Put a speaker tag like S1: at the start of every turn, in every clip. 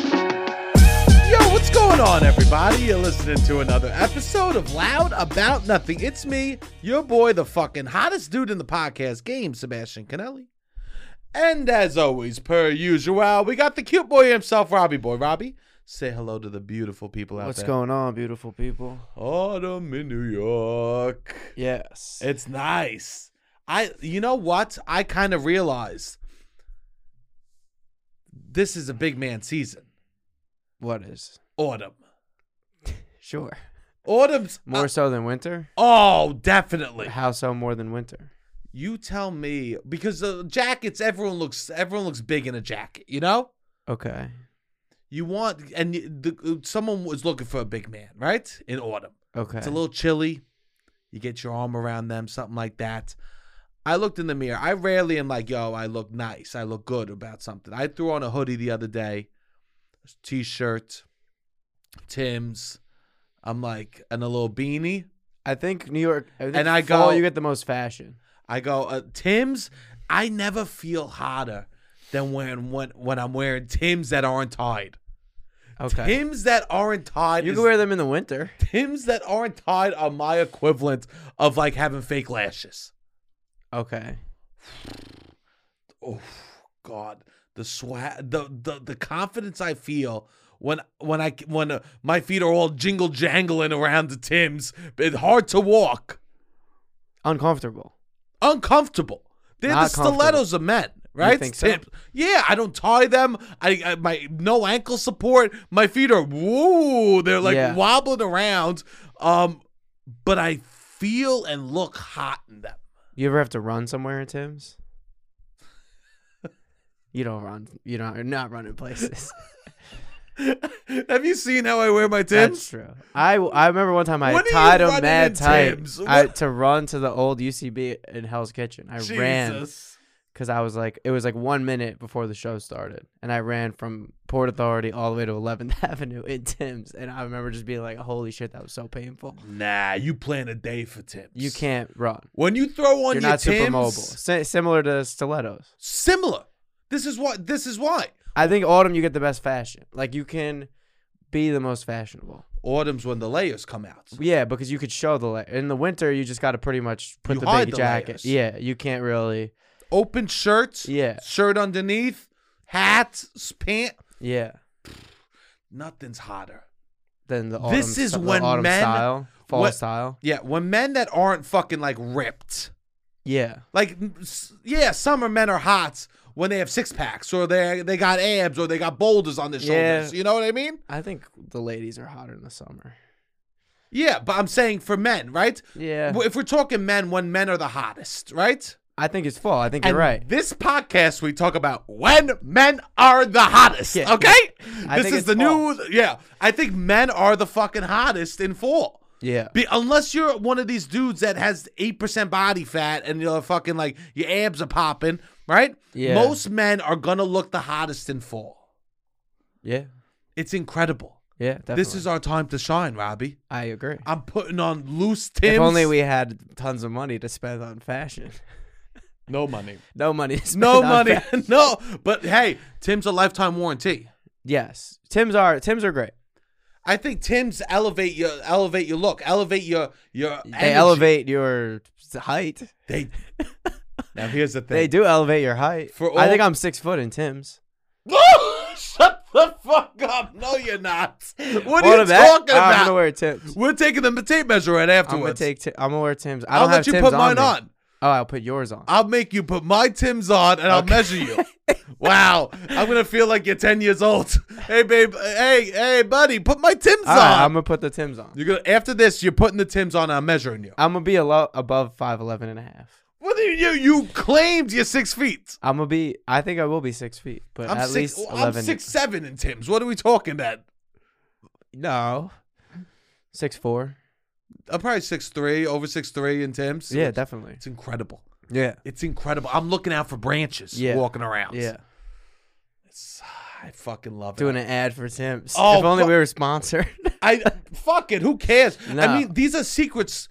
S1: Yo, what's going on, everybody? You're listening to another episode of Loud About Nothing. It's me, your boy, the fucking hottest dude in the podcast game, Sebastian Canelli. And as always, per usual, we got the cute boy himself, Robbie Boy. Robbie, say hello to the beautiful people out
S2: What's
S1: there.
S2: going on, beautiful people?
S1: Autumn in New York.
S2: Yes.
S1: It's nice. I you know what? I kind of realized this is a big man season.
S2: what is?
S1: Autumn.
S2: Sure.
S1: Autumn's
S2: More so than winter?
S1: Oh, definitely.
S2: How so more than winter?
S1: You tell me because the jackets everyone looks everyone looks big in a jacket, you know?
S2: Okay.
S1: You want and you- the, someone was looking for a big man, right? In autumn.
S2: Okay.
S1: It's a little chilly. You get your arm around them, something like that. I looked in the mirror. I rarely am like, yo, I look nice. I look good about something. I threw on a hoodie the other day, t shirt, Tim's. I'm like, and a little beanie.
S2: I think New York. I think
S1: And I
S2: fall,
S1: go-
S2: You get the most fashion.
S1: I go, uh, Tim's. I never feel hotter than when, when when I'm wearing Tim's that aren't tied.
S2: Okay.
S1: Tim's that aren't tied.
S2: you
S1: is-
S2: can wear them in the winter.
S1: Tim's that aren't tied are my equivalent of like having fake lashes.
S2: Okay.
S1: oh god the swag the, the the confidence i feel when when i when uh, my feet are all jingle jangling around the tims it's hard to walk
S2: Uncomfortable.
S1: uncomfortable they're
S2: Not
S1: the stilettos of men right
S2: think so?
S1: Timbs. yeah i don't tie them I, I my no ankle support my feet are woo they're like
S2: Yeah.
S1: wobbling around um but i feel and look hot in them
S2: You ever have to run somewhere in Tim's? You don't run. You don't. You're not running places.
S1: have you seen how i wear my tims
S2: That's true. I, I remember one time I
S1: What are you
S2: tied them
S1: running
S2: mad
S1: in
S2: tight
S1: Tim's?
S2: I,
S1: What-
S2: to run to the old UCB in Hell's Kitchen. I ran
S1: Jesus.
S2: because I was like, it was like one minute before the show started, and I ran from Port Authority all the way to 11th Avenue in Tim's, and I remember just being like, "Holy shit, that was so painful."
S1: Nah, you plan a day for Tim's.
S2: You can't run.
S1: When you throw on
S2: You're
S1: your
S2: not
S1: Tim's,
S2: super mobile. Si- similar to stilettos.
S1: Similar. This is what. This is why.
S2: I think autumn you get the best fashion. Like you can be the most fashionable.
S1: Autumn's when the layers come out.
S2: Yeah, because you could show the la- in the winter you just got to pretty much put
S1: You
S2: the
S1: hide
S2: big
S1: the
S2: jacket.
S1: layers.
S2: Yeah, you can't really.
S1: Open shirt.
S2: Yeah.
S1: Shirt underneath. Hat. s- Pant.
S2: Yeah.
S1: Nothing's hotter.
S2: Then the autumn,
S1: This is
S2: the
S1: when
S2: autumn
S1: men-
S2: style, fall
S1: what-
S2: style.
S1: Yeah. When men that aren't fucking like ripped.
S2: Yeah.
S1: Like m- s- yeah, summer men are hot when they have six packs or they they got abs or they got boulders on their
S2: Yeah.
S1: shoulders. You know what I mean?
S2: I think the ladies are hotter in the summer.
S1: Yeah. But I'm saying for men, right?
S2: Yeah.
S1: If we're talking men, when men are the hottest, right?
S2: I think it's fall. I think you're right.
S1: This podcast we talk about when men are the hottest.
S2: Yeah.
S1: Okay,
S2: I
S1: this
S2: think
S1: is
S2: it's
S1: the
S2: fall.
S1: new. Yeah, I think men are the fucking hottest in fall.
S2: Yeah.
S1: Be, unless you're one of these dudes that has eight percent body fat and you're fucking like your abs are popping, right?
S2: Yeah.
S1: Most men are gonna look the hottest in fall.
S2: Yeah.
S1: It's incredible.
S2: Yeah. Definitely.
S1: This is our time to shine, Robbie.
S2: I agree.
S1: I'm putting on loose
S2: If
S1: tims.
S2: only we had tons of money to spend on fashion.
S1: no money.
S2: No money. To spend
S1: No
S2: on
S1: money.
S2: fa-
S1: no. But hey, Tim's a lifetime warranty.
S2: yes. Tim's are Tim's are great.
S1: I think Tim's elevate your elevate your look, elevate your your.
S2: They
S1: energy.
S2: elevate your s- height.
S1: They. now here's the
S2: They
S1: thing.
S2: do elevate your height.
S1: For
S2: I think
S1: all-
S2: I'm six foot in Tim's.
S1: Shut the fuck up! No, you're not. What are
S2: Wanna
S1: you
S2: bet?
S1: talking
S2: I'm
S1: about?
S2: gonna wear Tim's.
S1: We're taking the tape measure right
S2: I'm gonna
S1: afterwards.
S2: take. Ti- I'm gonna wear Tim's. I
S1: I'll
S2: don't have
S1: let you
S2: Tim's
S1: put mine
S2: me.
S1: on.
S2: Oh, I'll put yours on.
S1: I'll make you put my Tim's on, and I'll measure you. wow, I'm gonna feel like you're ten years old. Hey, babe. Hey, hey, buddy. Put my Tim's
S2: All
S1: on.
S2: right, I'm gonna put the Tim's on.
S1: you're gonna after this. You're putting the Tim's on. and I'm measuring you.
S2: I'm gonna be a lo- above 5'11 and a half.
S1: What are you? You claimed you're six feet.
S2: I'm gonna be. I think I will be six feet, but
S1: I'm
S2: at
S1: six. oh,
S2: least
S1: I'm
S2: 11.
S1: six seven in Tim's. What are we talking at?
S2: No, six four.
S1: I'm probably six three, over six three in Tim's.
S2: Yeah, definitely.
S1: it's incredible.
S2: Yeah,
S1: It's incredible. I'm looking out for branches.
S2: Yeah.
S1: walking around.
S2: yeah.
S1: It's- I fucking love
S2: Doing
S1: it.
S2: an ad for Tim's.
S1: Oh,
S2: if only
S1: fu-
S2: we were sponsored.
S1: I fuck it. Who cares?
S2: No.
S1: I mean, these are secrets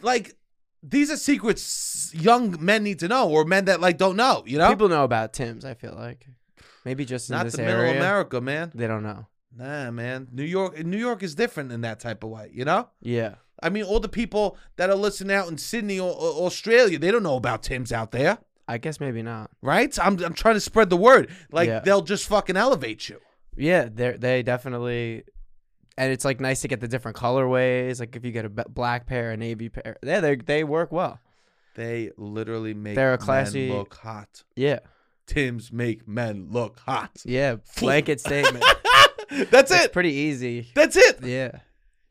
S1: like these are secrets young men need to know, or men that like don't know. You know,
S2: People know about Tim's. I feel like maybe just in
S1: not
S2: this
S1: the middle
S2: area,
S1: America, man.
S2: they don't know.
S1: Nah, man. New York, New York is different in that type of way. You know,
S2: Yeah,
S1: I mean, all the people that are listening out in Sydney or, or Australia, they don't know about Tim's out there,
S2: I guess maybe not.
S1: right? I'm I'm trying to spread the word. Like
S2: Yeah.
S1: they'll just fucking elevate you.
S2: Yeah, they they definitely, and it's like nice to get the different colorways. Like if you get a b- black pair, a navy pair, yeah, they they work well.
S1: They literally make
S2: They're a
S1: men
S2: classy-
S1: look hot.
S2: Yeah,
S1: Tim's make men look hot.
S2: yeah, blanket statement.
S1: That's
S2: It's
S1: it.
S2: pretty easy.
S1: That's it.
S2: Yeah,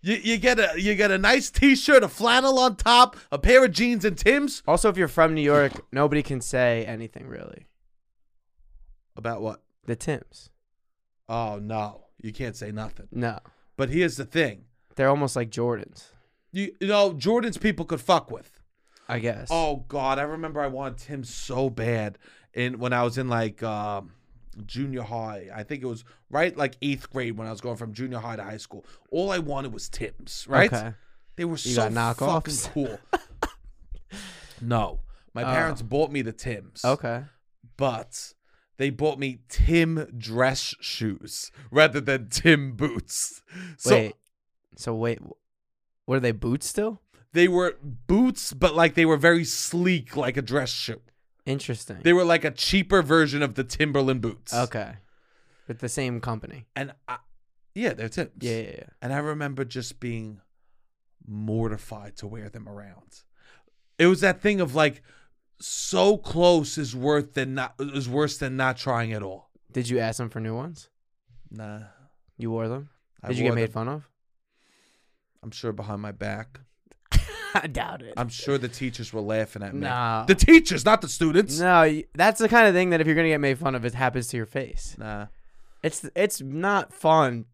S1: You, you get a you get a nice T-shirt, a flannel on top, a pair of jeans and Tim's.
S2: Also, if you're from New York, nobody can say anything really.
S1: About what?
S2: The Tims.
S1: Oh no, you can't say nothing.
S2: No.
S1: But here's the thing:
S2: They're almost like Jordans,
S1: you, you know Jordan's people could fuck with.
S2: I guess.
S1: Oh God, I remember I wanted Tim's so bad, and when I was in like um, junior high, I think it was right like eighth grade when I was going from junior high to high school. All I wanted was Tim's. Right?
S2: Okay.
S1: They were
S2: You
S1: so
S2: got
S1: fucking
S2: knockoffs?
S1: cool. no, my
S2: Oh.
S1: parents bought me the Tim's.
S2: Okay.
S1: but they bought me Tim dress shoes rather than Tim boots. So
S2: wait. So wait. wh- What are they boots still?
S1: they were boots, but like they were very sleek, like a dress shoe.
S2: Interesting.
S1: They were like a cheaper version of the Timberland boots.
S2: okay. With the same company.
S1: And I, yeah, they're Tim's.
S2: Yeah, yeah, yeah.
S1: And I remember just being mortified to wear them around. It was that thing of like, so close is worth than not is worse than not trying at all.
S2: Did you ask them for new ones?
S1: Nah.
S2: You wore them?
S1: I
S2: Did you get
S1: wore
S2: made
S1: them,
S2: fun of?
S1: I'm sure behind my back.
S2: I doubt it.
S1: I'm sure the teachers were laughing at me.
S2: No.
S1: The teachers, not the students.
S2: No, y- that's the kind of thing that if you're gonna get made fun of, it happens to your face.
S1: Nah,
S2: It's it's not fun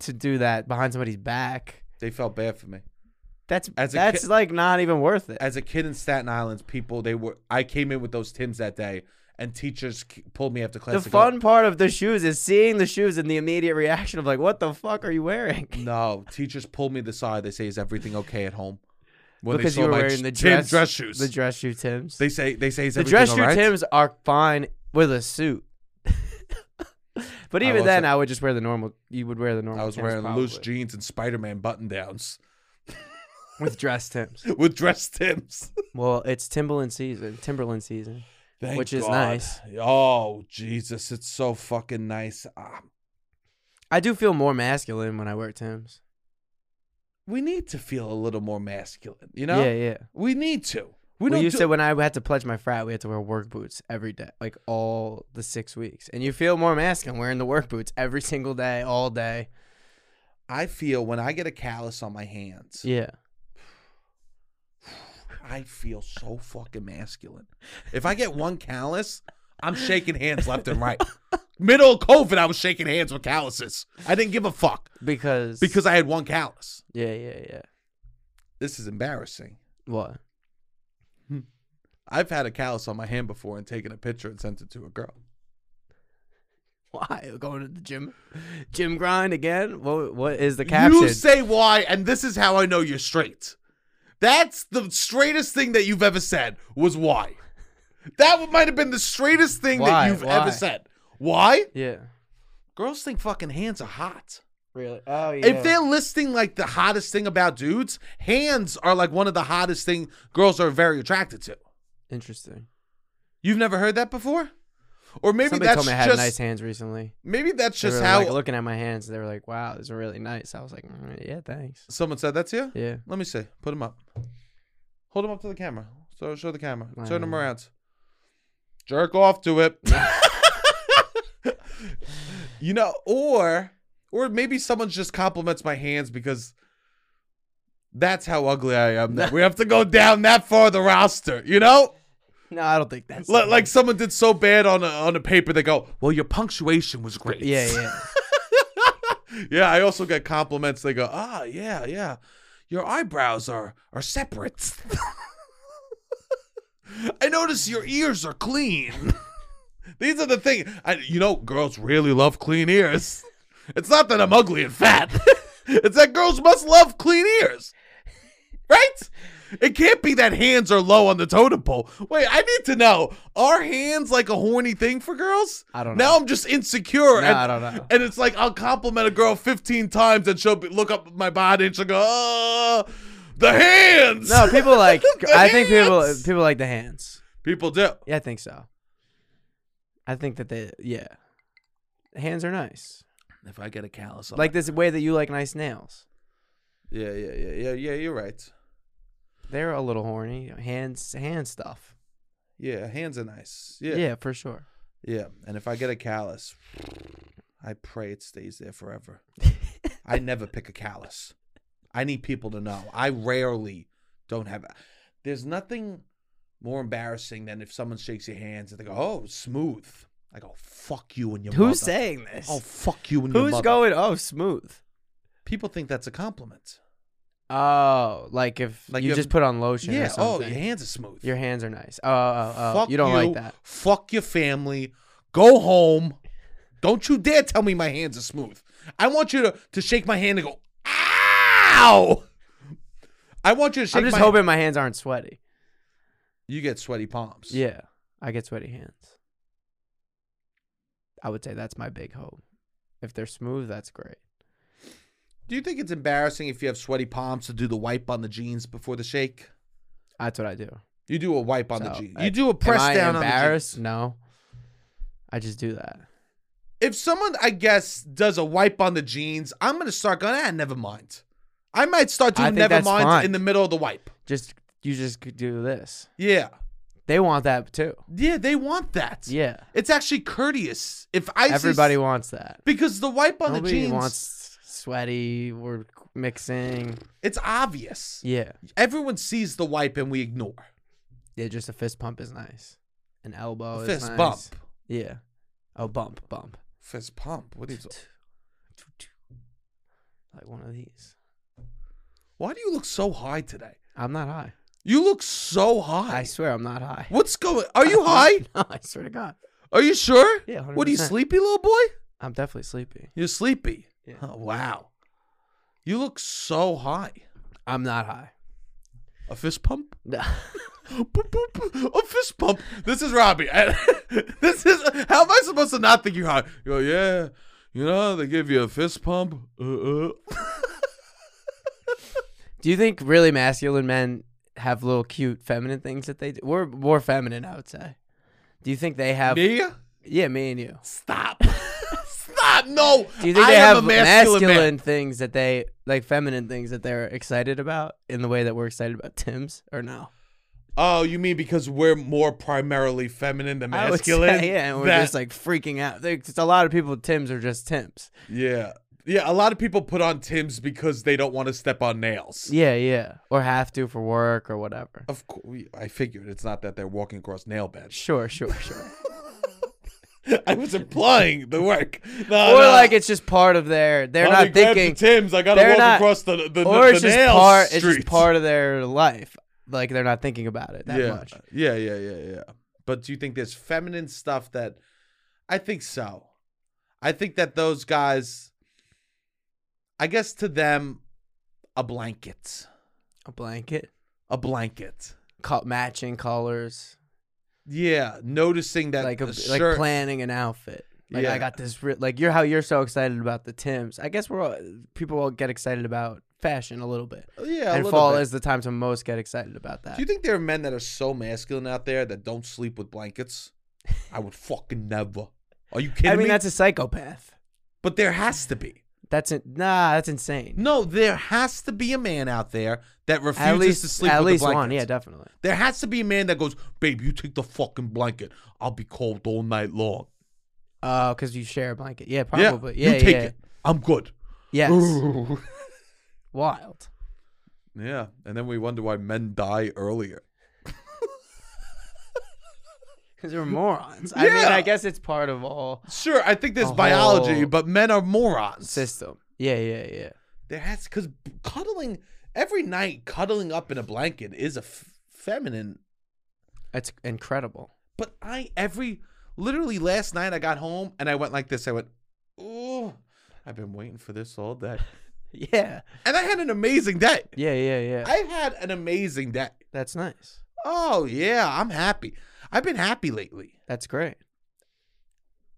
S2: to do that behind somebody's back.
S1: they felt bad for me.
S2: That's
S1: As a
S2: that's
S1: kid-
S2: like not even worth it.
S1: As a kid in Staten Island, people they were. I came in with those Tims that day, and teachers k- pulled me after class.
S2: The
S1: to go-
S2: fun part of the shoes is seeing the shoes and the immediate reaction of like, "What the fuck are you wearing?"
S1: No, teachers pulled me to the side. They say, "Is everything okay at home?" When
S2: because
S1: they
S2: you
S1: saw
S2: were
S1: my
S2: wearing the
S1: ch- Tim
S2: dress,
S1: dress shoes.
S2: the dress shoe Tims.
S1: they say they say, "Is
S2: the
S1: everything
S2: dress shoe
S1: all right?"
S2: Tims are fine with a suit. but even
S1: was
S2: then,
S1: a-
S2: I would just wear the normal. You would wear the normal.
S1: I was
S2: Tims
S1: wearing loose
S2: probably.
S1: jeans and Spider Man button downs
S2: with dress Tims.
S1: with dress Tims.
S2: Well, it's Timberland season. Timberland season.
S1: Thank
S2: Which is
S1: God.
S2: nice.
S1: Oh Jesus, it's so fucking nice. Ah,
S2: I do feel more masculine when I wear Tims.
S1: we need to feel a little more masculine. You know,
S2: Yeah, yeah.
S1: we need to. We
S2: We,
S1: don't.
S2: used
S1: do-
S2: to when I had to pledge my frat, we had to wear work boots every day, like all the six weeks. And you feel more masculine wearing the work boots every single day, all day.
S1: I feel when I get a callus on my hands,
S2: Yeah.
S1: I feel so fucking masculine. If I get one callus, I'm shaking hands left and right. Middle of COVID, I was shaking hands with calluses. I didn't give a fuck
S2: Because
S1: because I had one callus.
S2: Yeah, yeah, yeah.
S1: This is embarrassing.
S2: What?
S1: I've had a callus on my hand before and taken a picture and sent it to a girl.
S2: Why? Going to the gym? Gym grind again? What what is the caption?
S1: You say why, and this is how I know you're straight. That's the straightest thing that you've ever said was why. That might have been the straightest thing that
S2: Why?
S1: you've
S2: Why?
S1: ever said. Why?
S2: yeah.
S1: Girls think fucking hands are hot.
S2: Really? Oh yeah.
S1: If they're listing like the hottest thing about dudes, hands are like one of the hottest thing girls are very attracted to.
S2: Interesting.
S1: You've never heard that before? Or maybe
S2: Somebody
S1: that's
S2: told me I had
S1: just
S2: nice hands recently.
S1: maybe that's
S2: They
S1: just
S2: were,
S1: how
S2: like looking at my hands, they were like, "Wow, these are really nice." I was like, mm, "Yeah, thanks."
S1: someone said that to you.
S2: Yeah.
S1: Let me see. Put them up. Hold them up to the camera. So show the camera. Turn them
S2: Wow.
S1: around. Jerk off to it. you know, or or maybe someone just compliments my hands because that's how ugly I am. that we have to go down that far the roster, you know?
S2: No, I don't think that's
S1: Like, like someone did so bad on a on a paper they go, "Well, your punctuation was great."
S2: Yeah, yeah.
S1: Yeah, I also get compliments. They go, ah, yeah, yeah. Your eyebrows are are separate. I notice your ears are clean. These are the thing. I, you know, girls really love clean ears. It's not that I'm ugly and fat. it's that girls must love clean ears, right? It can't be that hands are low on the totem pole. Wait, I need to know. Are hands like a horny thing for girls?
S2: I don't know.
S1: Now I'm just insecure.
S2: No,
S1: and,
S2: I don't know.
S1: and it's like I'll compliment a girl 15 times and she'll be, look up my body and she'll go, oh, the hands.
S2: No, people like.
S1: The
S2: I think people
S1: hands.
S2: people like the hands.
S1: People do.
S2: Yeah, I think so. I think that they. Yeah, hands are nice.
S1: If I get a callus on
S2: Like this way that you like nice nails.
S1: Yeah, yeah, yeah, yeah, yeah, you're right.
S2: They're a little horny. Hands, hand stuff.
S1: Yeah, hands are nice.
S2: Yeah,
S1: Yeah. Yeah.
S2: for sure.
S1: And if I get a callus, I pray it stays there forever. I never pick a callus. I need people to know. I rarely don't have There's nothing more embarrassing than if someone shakes your hands and they go, "Oh, smooth." I go, "Fuck you and your mother."
S2: Who's saying this?
S1: "Oh, fuck you and your
S2: Who's
S1: mother."
S2: going? Oh, smooth.
S1: People think that's a compliment.
S2: Oh, like if
S1: Like
S2: you
S1: you
S2: just
S1: have-
S2: put on lotion.
S1: yeah. Oh,
S2: Or something.
S1: your hands are smooth.
S2: Your hands are nice. Oh, oh, oh.
S1: fuck
S2: you don't
S1: you,
S2: like that.
S1: Fuck your family. Go home. Don't you dare tell me my hands are smooth. I want you to, to shake my hand and go, ow. I want you to shake
S2: I'm just
S1: my
S2: hoping my hands aren't sweaty.
S1: You get sweaty palms.
S2: Yeah, I get sweaty hands. I would say that's my big hope. If they're smooth, that's great.
S1: Do you think it's embarrassing if you have sweaty palms to do the wipe on the jeans before the shake?
S2: That's what I do.
S1: You do a wipe on the
S2: So,
S1: jeans.
S2: I-
S1: You do a press
S2: Am I
S1: down
S2: embarrassed?
S1: on the jeans.
S2: No, I just do that.
S1: If someone, I guess, does a wipe on the jeans, I'm going to start going, ah, never mind. I might start
S2: I
S1: doing
S2: think
S1: never
S2: that's
S1: mind
S2: fine.
S1: in the middle of the wipe.
S2: Just you just could do this.
S1: Yeah.
S2: They want that too.
S1: Yeah, they want that.
S2: Yeah,
S1: It's actually courteous. If I see-
S2: everybody wants that.
S1: because the wipe on
S2: Nobody
S1: the jeans,
S2: wants sweaty. We're mixing.
S1: it's obvious.
S2: Yeah,
S1: Everyone sees the wipe and we ignore.
S2: yeah. Just a fist pump is nice. An elbow is
S1: fist
S2: Oh, nice.
S1: bump,
S2: Yeah. Oh, bump, bump.
S1: fist pump. What is?
S2: Like one of these.
S1: Why do you look so high today?
S2: I'm not high.
S1: You look so
S2: I
S1: high.
S2: swear I'm not high.
S1: What's going? Are you high?
S2: no, I swear to God.
S1: Are you sure?
S2: Yeah, 100%.
S1: What are you sleepy, little boy?
S2: I'm definitely sleepy.
S1: You're sleepy.
S2: Yeah.
S1: Oh, wow, you look so high.
S2: I'm not high.
S1: A fist pump.
S2: No.
S1: Boop, boop, boop. A fist pump. This is Robbie. this is how am I supposed to not think you're hot? You go, yeah. You know they give you a fist pump. Uh, uh.
S2: Do you think really masculine men have little cute feminine things that they do? We're more feminine, I would say. Do you think they have?
S1: Me?
S2: Yeah, me and you.
S1: Stop. Stop. No.
S2: Do you think
S1: I
S2: they
S1: am
S2: have
S1: a masculine, man.
S2: things that they like feminine things that they're excited about in the way that we're excited about Tim's or no?
S1: Oh, you mean because we're more primarily feminine than
S2: I would
S1: masculine?
S2: say, yeah, and we're
S1: That-
S2: just like freaking out. Like, it's a lot of people, Tim's are just Tim's.
S1: yeah. Yeah, a lot of people put on Tim's because they don't want to step on nails.
S2: Yeah, yeah. Or have to for work or whatever.
S1: Of course, I figured it's not that they're walking across nail beds.
S2: Sure, sure, sure.
S1: I was implying the work. No,
S2: or
S1: no.
S2: like it's just part of their, they're
S1: Let me
S2: not
S1: grab the
S2: thinking,
S1: Tim's. I gotta
S2: they're
S1: walk
S2: not-
S1: across the the,
S2: or
S1: the,
S2: it's
S1: the
S2: just
S1: nail
S2: part, it's
S1: street.
S2: just part of their life. Like they're not thinking about it that
S1: yeah.
S2: much.
S1: Yeah, yeah, yeah, yeah. But do you think there's feminine stuff that? I think so. I think that those guys. I guess to them, a blanket,
S2: A blanket,
S1: a blanket.
S2: co- matching colors,
S1: Yeah, noticing that
S2: like a,
S1: the
S2: like
S1: shirt-
S2: planning an outfit. Like I
S1: Yeah.
S2: got this, re- like you're how you're so excited about the Tim's. I guess we're all, people all get excited about fashion a little bit.
S1: Yeah, a
S2: and
S1: little
S2: fall
S1: bit.
S2: is the time to most get excited about that.
S1: Do you think there are men that are so masculine out there that don't sleep with blankets? I would fucking never. Are you kidding
S2: I mean,
S1: me?
S2: that's a psychopath.
S1: but there has to be.
S2: That's in, nah, that's insane.
S1: No, there has to be a man out there that refuses
S2: at least
S1: to sleep
S2: at
S1: with
S2: least
S1: the blanket.
S2: one, yeah, definitely.
S1: There has to be a man that goes, "Babe, you take the fucking blanket. I'll be cold all night long."
S2: Oh, because you share a blanket. Yeah, probably. Yeah,
S1: yeah,
S2: yeah,
S1: you take
S2: yeah.
S1: it. I'm good.
S2: Yes, wild.
S1: yeah, and then we wonder why men die earlier.
S2: Because we're morons. I mean,
S1: Yeah.
S2: I guess it's part of all
S1: Sure, I think there's
S2: A
S1: biology,
S2: whole
S1: but men are morons.
S2: system. Yeah, yeah, yeah.
S1: There has because cuddling every night, cuddling up in a blanket is a f- feminine.
S2: That's incredible.
S1: But I every literally last night I got home and I went like this. I went, "Ooh, I've been waiting for this all day."
S2: Yeah.
S1: And I had an amazing day.
S2: Yeah, yeah, yeah.
S1: I had an amazing day.
S2: That's nice.
S1: Oh, yeah, I'm happy. I've been happy lately.
S2: That's great.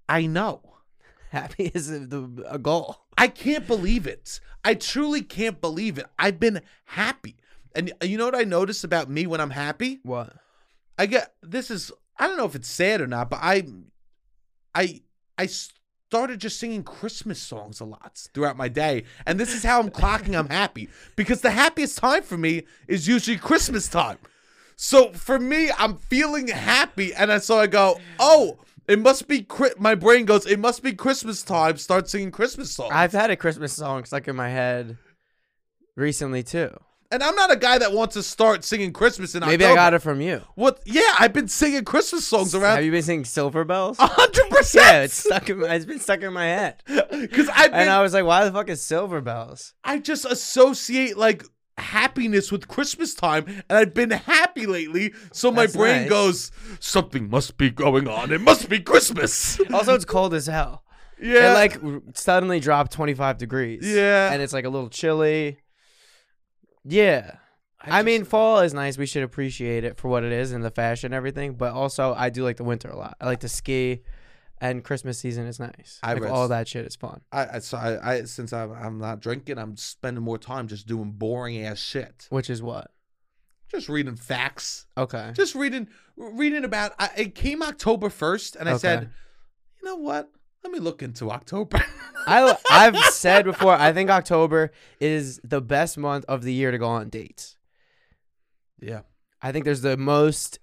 S1: I know.
S2: Happy is a, the, a goal.
S1: I can't believe it. I truly can't believe it. I've been happy. And uh, you know what I notice about me when I'm happy?
S2: What?
S1: I get this is I don't know if it's sad or not, but I I I started just singing Christmas songs a lot throughout my day. And this is how I'm clocking I'm happy because the happiest time for me is usually Christmas time. So for me, I'm feeling happy and I so I go, "Oh, it must be Chri- my brain goes, it must be Christmas time, start singing Christmas songs."
S2: I've had a Christmas song stuck in my head recently too.
S1: and I'm not a guy that wants to start singing Christmas in
S2: Maybe I
S1: October.
S2: got it from you.
S1: What? Yeah, I've been singing Christmas songs
S2: Have
S1: around
S2: you been singing Silver Bells?
S1: hundred
S2: yeah,
S1: percent.
S2: it's stuck in. My, it's been stuck in my head,
S1: Because I've been,
S2: and
S1: I,
S2: I was like, "Why the fuck is Silver Bells?"
S1: just associate like happiness with Christmas time, and I've been happy lately. So my
S2: That's
S1: brain
S2: nice.
S1: goes, something must be going on. It must be Christmas.
S2: Also, it's cold as hell.
S1: yeah,
S2: It like r- suddenly dropped 25 degrees.
S1: Yeah.
S2: and it's like a little chilly. Yeah, I,
S1: just-
S2: mean, fall is nice. We should appreciate it for what it is and the fashion and everything. But also, I do like the winter a lot. I like to ski, and Christmas season is nice.
S1: I
S2: like,
S1: rest-
S2: all that shit is fun.
S1: I, I, so I, I since I'm, I'm not drinking, I'm spending more time just doing boring ass shit,
S2: Which is what?
S1: just reading facts.
S2: Okay.
S1: just reading reading about I, it came october 1st and i
S2: Okay.
S1: said you know what let me look into october
S2: I I've said before. I think October is the best month of the year to go on dates.
S1: yeah
S2: I think there's the most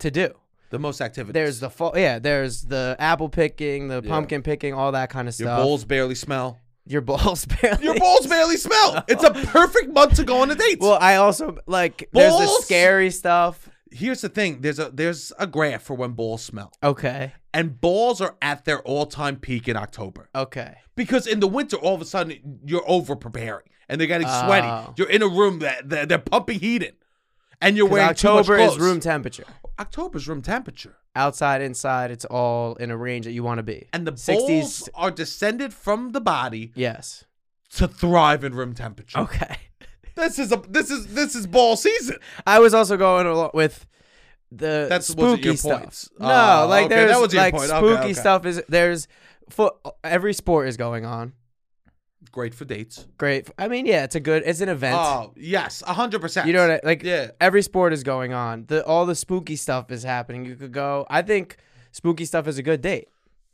S2: to do.
S1: the most activity
S2: There's the fall, yeah. There's the apple picking, the
S1: Yeah.
S2: pumpkin picking, all that kind of
S1: your
S2: stuff.
S1: bowls barely smell
S2: Your balls, barely.
S1: your bowls barely smell it's a perfect month to go on a date
S2: Well, I also like there's the
S1: Balls?
S2: scary stuff.
S1: here's the thing there's a there's a graph for when balls smell
S2: Okay,
S1: and balls are at their all-time peak in october
S2: okay,
S1: because in the winter all of a sudden you're over preparing and they're getting sweaty
S2: Oh.
S1: you're in a room that that- they're pumping heat in and you're
S2: 'Cause
S1: wearing
S2: October
S1: too much
S2: is
S1: clothes.
S2: room temperature.
S1: october's room temperature
S2: Outside, inside, it's all in a range that you want to be.
S1: and the
S2: 60s
S1: balls are descended from the body
S2: yes.
S1: to thrive in room temperature.
S2: Okay.
S1: This is a this is this is ball season.
S2: I was also going along with the
S1: That's- wasn't
S2: spooky
S1: your
S2: stuff.
S1: points.
S2: No,
S1: Oh,
S2: like
S1: okay, that
S2: there's
S1: was your
S2: like
S1: point. Okay,
S2: spooky
S1: okay.
S2: stuff is there's foot every sport is going on.
S1: Great for dates.
S2: Great. I mean, yeah, it's a good it's an event.
S1: Oh yes, hundred percent.
S2: you know what I like
S1: Yeah.
S2: every sport is going on. The all the spooky stuff is happening. You could go I think spooky stuff is a good date.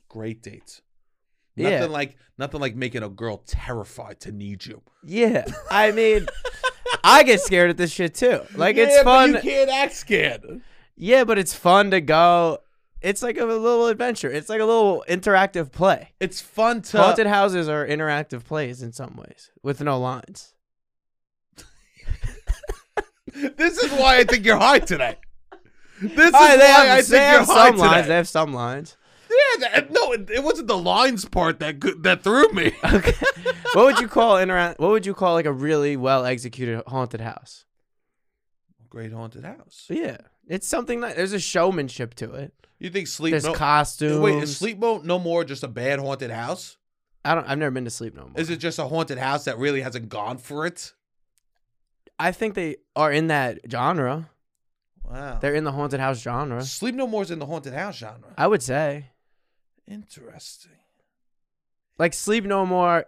S1: Great dates. Nothing
S2: Yeah.
S1: like nothing like making a girl terrified to need you.
S2: Yeah. I mean I get scared at this shit too. Like it's
S1: Yeah, but
S2: fun.
S1: you can't act scared.
S2: yeah, but it's fun to go. It's like a little adventure. It's like a little interactive play.
S1: It's fun to.
S2: Haunted houses are interactive plays in some ways with no lines.
S1: This is why I think you're high today. This is
S2: All right,
S1: why
S2: they have,
S1: I
S2: they
S1: think
S2: have
S1: you're high
S2: some
S1: today.
S2: lines. They have some lines.
S1: yeah, that, no, it, it wasn't the lines part that good, that threw me.
S2: Okay. what would you call intera- What would you call like a really well executed haunted house?
S1: Great haunted house.
S2: So yeah, it's something like there's a showmanship to it.
S1: You think sleep?
S2: There's
S1: no-
S2: costumes.
S1: Wait, is Sleep Mode no more just a bad haunted house?
S2: I don't. I've never been to sleep no more.
S1: Is it just a haunted house that really hasn't gone for it?
S2: I think they are in that genre.
S1: Wow.
S2: They're in the haunted house genre.
S1: Sleep No More's in the haunted house genre.
S2: I would say
S1: Interesting.
S2: like sleep no more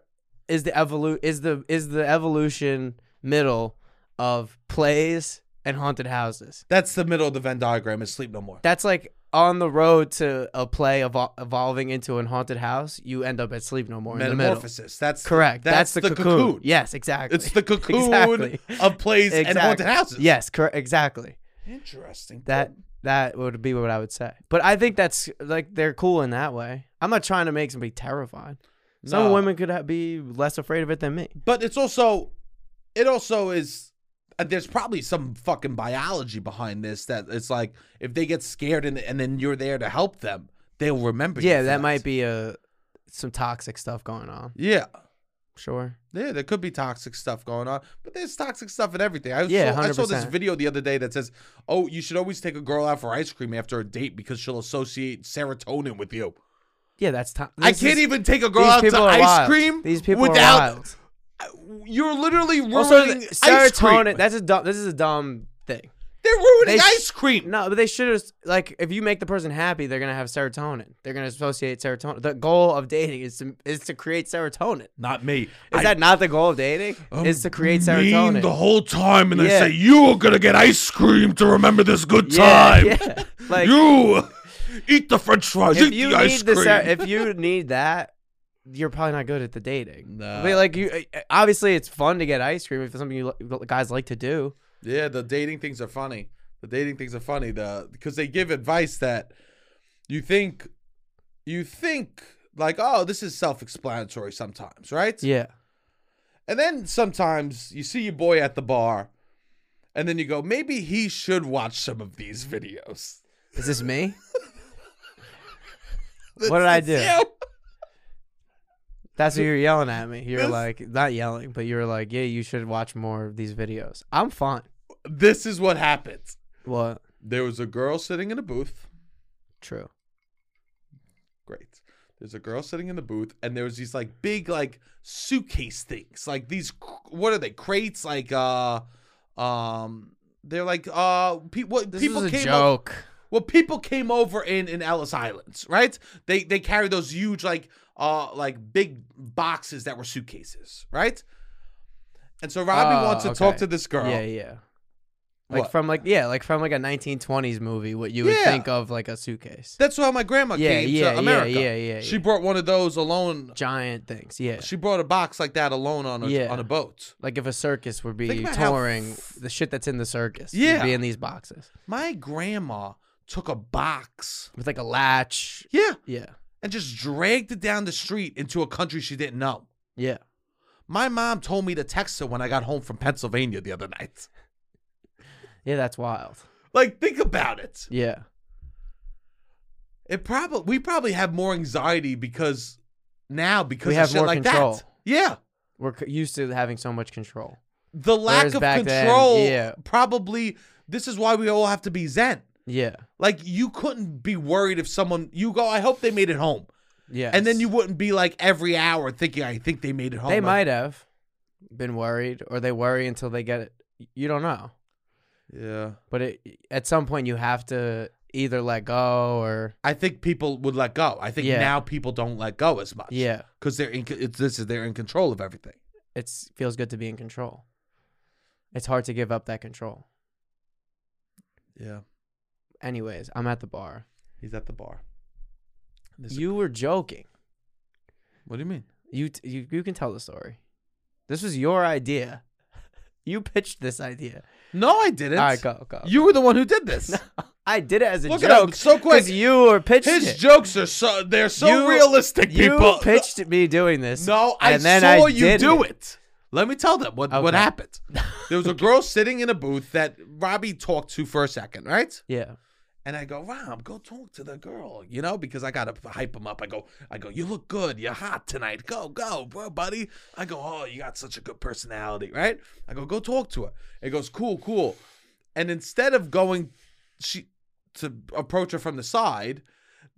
S2: is the evolu- is the is the evolution middle of plays and haunted houses.
S1: That's the middle of the Venn diagram is Sleep No More.
S2: That's like on the road to a play evol- evolving into an haunted house. You end up at sleep no more in the middle.
S1: Metamorphosis. That's
S2: Correct. That's, the, cocoon.
S1: Yeah.
S2: Yes, exactly.
S1: It's the cocoon
S2: Exactly.
S1: of plays and
S2: Exactly.
S1: haunted houses.
S2: yes, correct. Exactly.
S1: Interesting.
S2: That that would be what I would say. But I think that's like they're cool in that way. I'm not trying to make somebody terrified. Some
S1: No.
S2: women could ha- be less afraid of it than me.
S1: But it's also, it also is. uh, There's probably some fucking biology behind this that it's like if they get scared and, and then you're there to help them, they'll remember. you
S2: Yeah,
S1: for
S2: that might be a some toxic stuff going on.
S1: Yeah.
S2: Sure.
S1: Yeah, there could be toxic stuff going on, but there's toxic stuff in everything. I,
S2: Yeah,
S1: saw, I saw this
S2: 100%.
S1: video the other day that says, "Oh, you should always take a girl out for ice cream after a date because she'll associate serotonin with you."
S2: Yeah, that's to-
S1: I
S2: this
S1: can't
S2: is-
S1: even take a girl
S2: these
S1: out to
S2: people are
S1: ice
S2: wild.
S1: cream
S2: These people
S1: without
S2: are wild.
S1: You're literally ruining
S2: Also,
S1: ice cream.
S2: serotonin. That's a dumb. This is a dumb thing.
S1: They're ruining
S2: they sh-
S1: ice cream.
S2: No, but they should have like if you make the person happy, they're gonna have serotonin. They're gonna associate serotonin. The goal of dating is to is to create serotonin.
S1: Not me.
S2: Is that not the goal of dating? is to create serotonin.
S1: Oh, the whole time, and
S2: they
S1: they
S2: Yeah.
S1: say
S2: say,
S1: you are gonna get ice cream to remember this good
S2: yeah,
S1: time.
S2: yeah. Like
S1: you eat the French fries,
S2: if
S1: eat
S2: you
S1: the ice
S2: need the
S1: cream.
S2: ser- if you need that, you're probably not good at the dating.
S1: Nah.
S2: But like you, eh, obviously it's fun to get ice cream if it's something you li- guys like to do.
S1: Yeah, the dating things are funny. The dating things are funny. The because they give advice that you think you think like, oh, this is self-explanatory sometimes, right?
S2: Yeah.
S1: And then sometimes you see your boy at the bar, and then you go, maybe he should watch some of these videos.
S2: Is this me? What did I
S1: This is
S2: do?
S1: you.
S2: That's what you're yelling at me. You're
S1: This-
S2: like not yelling, but you're like, yeah, you should watch more of these videos. I'm fine.
S1: This is what happened.
S2: Well,
S1: There was a girl sitting in a booth.
S2: true.
S1: Great. There's a girl sitting in the booth, and there was these like big like suitcase things, like these. cr- What are they? Crates? Like uh, um, they're like uh, pe- what
S2: This
S1: people
S2: is a
S1: came o-
S2: joke.
S1: Well, people came over in in Ellis Islands, right? They they carry those huge like uh like big boxes that were suitcases, right? And so Robbie
S2: Oh,
S1: wants to
S2: okay.
S1: talk to this girl.
S2: Yeah, yeah. Like
S1: What?
S2: from like yeah, like from like a 1920s movie, what you would
S1: Yeah.
S2: think of like a suitcase.
S1: That's how my grandma
S2: Yeah,
S1: came
S2: yeah,
S1: to
S2: yeah,
S1: America.
S2: yeah, yeah,
S1: She
S2: yeah.
S1: brought one of those alone.
S2: Giant things. Yeah.
S1: She brought a box like that alone on a
S2: Yeah.
S1: on a boat.
S2: Like if a circus would be
S1: Think about how
S2: touring, the shit that's in the circus would
S1: Yeah.
S2: be in these boxes
S1: My grandma took a box.
S2: with like a latch.
S1: Yeah,
S2: Yeah,
S1: and just dragged it down the street into a country she didn't know.
S2: yeah.
S1: My mom told me to text her when I got home from Pennsylvania the other night.
S2: Yeah, that's wild.
S1: Like, think about it.
S2: Yeah.
S1: It probably we probably have more anxiety because now because
S2: We
S1: of
S2: have
S1: shit
S2: more
S1: like
S2: control.
S1: that. Yeah,
S2: We're c- used to having so much control.
S1: the lack
S2: Whereas
S1: of
S2: back then,
S1: control.
S2: yeah.
S1: probably this is why we all have to be zen.
S2: Yeah.
S1: Like you couldn't be worried if someone you go. I hope they made it home,
S2: Yeah.
S1: and then you wouldn't be like every hour thinking I think they made it home.
S2: They
S1: Like,
S2: might have been worried, or they worry until they get it. You don't know,
S1: Yeah,
S2: but it, at some point you have to either let go or
S1: I think people would let go. I think
S2: Yeah.
S1: now people don't let go as much.
S2: yeah,
S1: because they're in. It's, this is they're in control of everything.
S2: it feels good to be in control. It's hard to give up that control.
S1: Yeah,
S2: Anyways, I'm at the bar.
S1: he's at the bar. There's a-
S2: You were joking.
S1: what do you mean?
S2: You, t- you you can tell the story. This was your idea. You pitched this idea.
S1: No, I didn't.
S2: All right, go go.
S1: You were the one who did this.
S2: I did it as a
S1: Look at him,
S2: joke
S1: so quick.
S2: because you were pitched
S1: His
S2: it.
S1: jokes are so they're so
S2: You-
S1: realistic. people
S2: You pitched me doing this.
S1: No, I
S2: and then I
S1: saw you
S2: did
S1: do it. Let me tell them what what
S2: Okay.
S1: happened. There was a girl sitting in a booth that Robbie talked to for a second, right?
S2: Yeah.
S1: And I go, Rob, go talk to the girl, you know, because I gotta hype him up. I go, I go, you look good, you're hot tonight. Go, go, bro, buddy. I go, oh, you got such a good personality, right? I go, go talk to her. It goes, cool, cool. And instead of going, she to approach her from the side,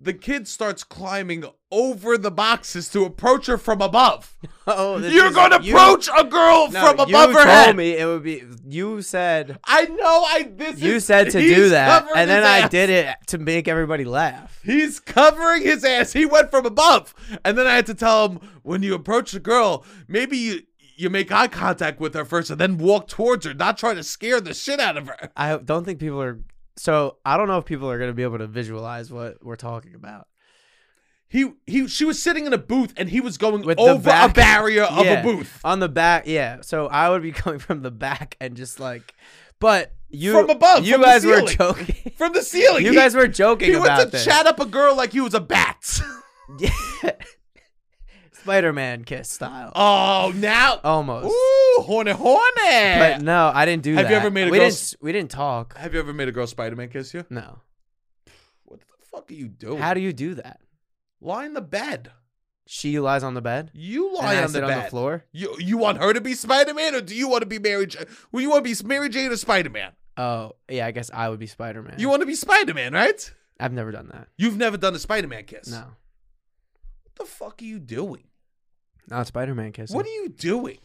S1: the kid starts climbing over the boxes to approach her from above.
S2: Oh, this
S1: You're
S2: is-
S1: gonna
S2: you-
S1: approach a girl
S2: no,
S1: from above
S2: you
S1: her
S2: told
S1: head.
S2: me it would be. You said
S1: I know. I this
S2: you
S1: is-
S2: said to
S1: he's
S2: do that,
S1: covering
S2: and
S1: his
S2: then I
S1: ass.
S2: did it to make everybody laugh.
S1: He's covering his ass. He went from above. And then I had to tell him when you approach the girl, maybe you, you make eye contact with her first and then walk towards her, not try to scare the shit out of her.
S2: I don't think people are. So I don't know if people are gonna be able to visualize what we're talking about.
S1: He he she was sitting in a booth and he was going
S2: With the
S1: over a
S2: back-
S1: barrier of a
S2: Yeah,
S1: booth.
S2: on the back. Yeah, so I would be coming from the back and just like, but you
S1: From above,
S2: you
S1: from the
S2: guys were
S1: ceiling.
S2: joking.
S1: From the ceiling.
S2: you
S1: He-
S2: guys were joking
S1: He
S2: about
S1: went to
S2: this.
S1: chat up a girl like he was a bat.
S2: Spider-Man kiss style,
S1: oh now
S2: almost.
S1: Ooh, horny horny.
S2: But no, I didn't do
S1: Have
S2: that.
S1: you ever made a
S2: we
S1: girl
S2: didn't.
S1: s-
S2: s- We didn't talk.
S1: Have you ever made a girl Spider Man kiss you?
S2: No.
S1: What the fuck are you doing?
S2: How do you do that?
S1: lie in the bed?
S2: She lies on the bed.
S1: You
S2: and
S1: lie
S2: I
S1: on the
S2: sit
S1: bed.
S2: on the floor.
S1: You you want her to be Spider Man, or do you want to be Mary? J- well, you want to be Mary Jane or Spider Man?
S2: Oh yeah, I guess I would be Spider Man.
S1: You want to be Spider Man, right?
S2: I've never done that.
S1: You've never done a Spider Man kiss.
S2: No,
S1: What the fuck are you doing?
S2: not Spider Man Oh, kiss.
S1: What are you doing?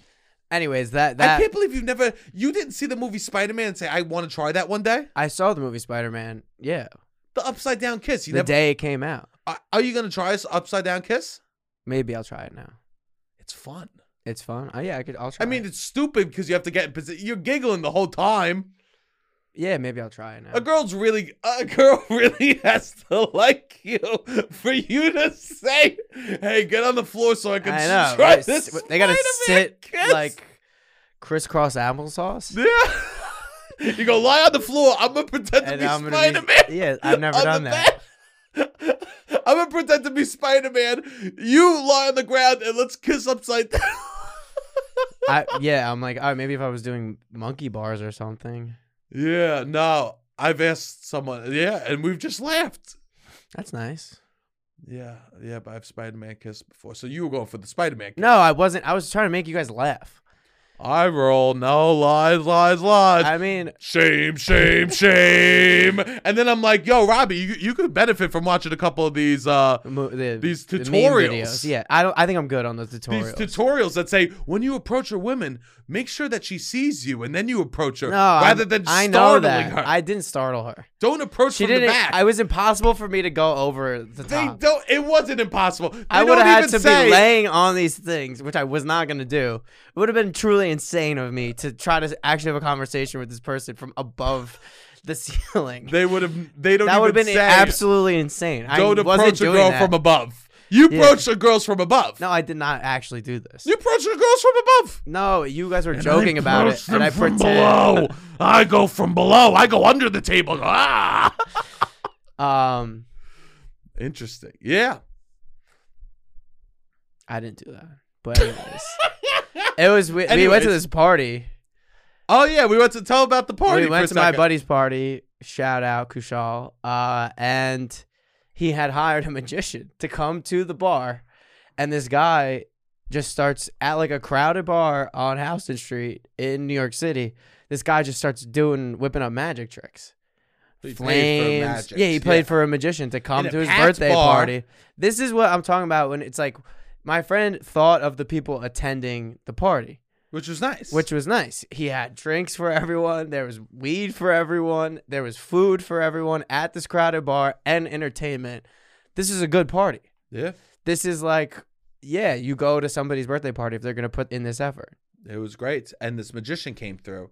S2: Anyways, that that
S1: I can't believe you've never you didn't see the movie Spider Man and say I want to try that one day.
S2: I saw the movie Spider Man. Yeah,
S1: The upside down kiss. You
S2: the
S1: never.
S2: day it came out.
S1: are, are you gonna try this upside down kiss?
S2: Maybe I'll try it now.
S1: It's fun.
S2: It's fun. Oh, yeah, I could. I'll try.
S1: I mean,
S2: it.
S1: it's stupid because you have to get in position. You're giggling the whole time.
S2: yeah, maybe I'll try it now.
S1: A girl's really, a girl really has to like you for you to say, "Hey, get on the floor so I can
S2: I know.
S1: try
S2: right?
S1: this."
S2: They gotta
S1: Spider-Man
S2: sit
S1: kiss."
S2: like crisscross applesauce.
S1: yeah. you go lie on the floor. I'm gonna pretend to
S2: And
S1: be
S2: I'm gonna
S1: Spider Man.
S2: be, yeah, I've never done that.
S1: I'm gonna pretend to be Spider Man. You lie on the ground and let's kiss upside down.
S2: I, yeah, I'm like, all right, maybe if I was doing monkey bars or something.
S1: yeah, no, I've asked someone. Yeah, and we've just laughed.
S2: That's nice.
S1: Yeah, yeah, but I've Spider Man kissed before. So you were going for the Spider Man kiss.
S2: No, I wasn't. I was trying to make you guys laugh.
S1: I roll. No lies, lies, lies.
S2: I mean,
S1: shame, shame, shame. And then I'm like, yo, Robbie, you, you could benefit from watching a couple of these uh
S2: mo- the,
S1: These
S2: the meme
S1: tutorials.
S2: videos. Yeah, I don't. I think I'm good on those
S1: these
S2: tutorials.
S1: tutorials that say when you approach a woman, make sure that she sees you and then you approach her
S2: no,
S1: rather
S2: I'm-
S1: than
S2: I know
S1: startling
S2: that.
S1: her.
S2: I didn't startle her.
S1: don't approach
S2: She
S1: from the
S2: didn't.
S1: back.
S2: I was impossible for me to go over the
S1: they
S2: top.
S1: don't it wasn't impossible. They
S2: I would
S1: don't
S2: have had
S1: even
S2: to
S1: say,
S2: be laying on these things, which I was not going to do. It would have been truly insane of me to try to actually have a conversation with this person from above the ceiling.
S1: They would have they don't
S2: that would
S1: even
S2: have been
S1: say,
S2: absolutely insane. I
S1: don't
S2: wasn't
S1: approach a
S2: doing
S1: girl
S2: that.
S1: from above. You
S2: Yeah.
S1: approach the girls from above.
S2: No, I did not actually do this.
S1: You approach the girls from above.
S2: No, you guys were joking about it, and I
S1: from
S2: pretend.
S1: below. I go from below. I go under the table. Ah.
S2: Um,
S1: Interesting. Yeah.
S2: I didn't do that. But anyways, it was we, we went to
S1: Anyways.
S2: this party.
S1: Oh yeah, we went to tell about the party.
S2: we went
S1: for
S2: to
S1: a
S2: my
S1: second.
S2: buddy's party. Shout out Kushal. Uh, and he had hired a magician to come to the bar, and this guy just starts at like a crowded bar on Houston Street in New York City. This guy just starts doing whipping up magic tricks.
S1: He played for
S2: Flames.
S1: magic.
S2: Yeah, he played for a magician to come
S1: a
S2: to his
S1: packed
S2: birthday
S1: bar.
S2: party. This is what I'm talking about when it's like my friend thought of the people attending the party
S1: which was nice.
S2: which was nice. He had drinks for everyone. There was weed for everyone. There was food for everyone at this crowded bar and entertainment. This is a good party.
S1: yeah,
S2: This is like, yeah, you go to somebody's birthday party if they're gonna put in this effort.
S1: it was great. And this magician came through,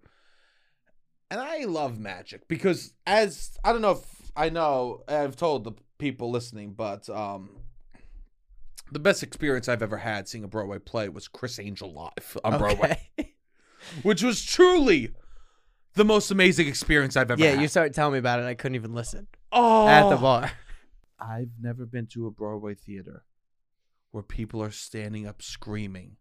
S1: and I love magic because as I don't know if I know I've told the people listening, but um. The best experience I've ever had seeing a Broadway play was Chris Angel live on Broadway.
S2: Okay.
S1: which was truly the most amazing experience I've ever
S2: yeah,
S1: had.
S2: you started telling me about it. I couldn't even listen
S1: oh,
S2: at the bar.
S1: I've never been to a Broadway theater where people are standing up screaming,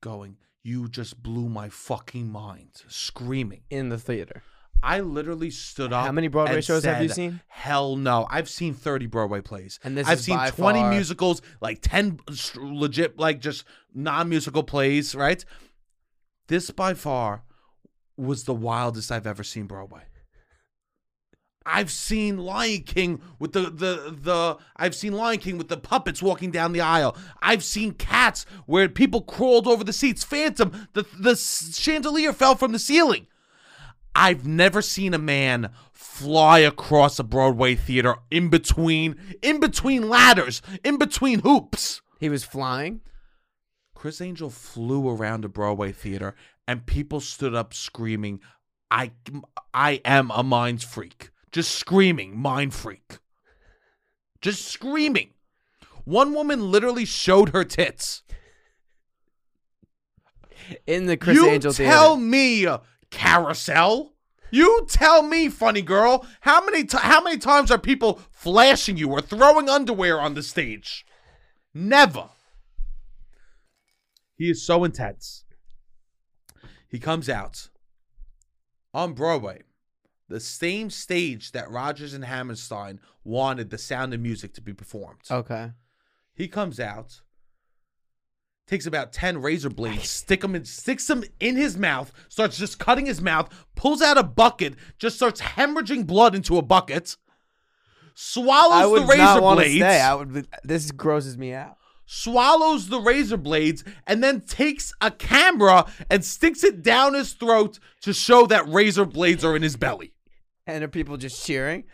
S1: going, You just blew my fucking mind, screaming.
S2: In the theater.
S1: I literally stood up.
S2: How many Broadway
S1: and
S2: shows have you
S1: said,
S2: seen?
S1: Hell no. I've seen 30 Broadway plays.
S2: And this
S1: I've
S2: is
S1: seen
S2: by
S1: 20
S2: far-
S1: musicals, like 10 s- legit, like just non musical plays, right? This by far was the wildest I've ever seen Broadway. I've seen Lion King with the, the the I've seen Lion King with the puppets walking down the aisle. I've seen cats where people crawled over the seats. Phantom, the the s- chandelier fell from the ceiling. I've never seen a man fly across a Broadway theater in between in between ladders, in between hoops.
S2: He was flying.
S1: Chris Angel flew around a Broadway theater and people stood up screaming, "I I am a mind freak." Just screaming, "Mind freak." Just screaming. One woman literally showed her tits.
S2: In the Chris
S1: you
S2: Angel
S1: tell
S2: theater.
S1: me, carousel. You tell me, funny girl. How many ti how many times are people flashing you or throwing underwear on the stage? Never. He is so intense. He comes out on Broadway, the same stage that Rogers and Hammerstein wanted the Sound of Music to be performed.
S2: Okay.
S1: He comes out, takes about ten razor blades, stick 'em in, sticks them in his mouth, starts just cutting his mouth, pulls out a bucket, just starts hemorrhaging blood into a bucket, swallows
S2: I would
S1: the razor
S2: not want to
S1: blades,
S2: stay. I would. This grosses me out.
S1: swallows the razor blades, and then takes a camera and sticks it down his throat to show that razor blades are in his belly.
S2: And are people just cheering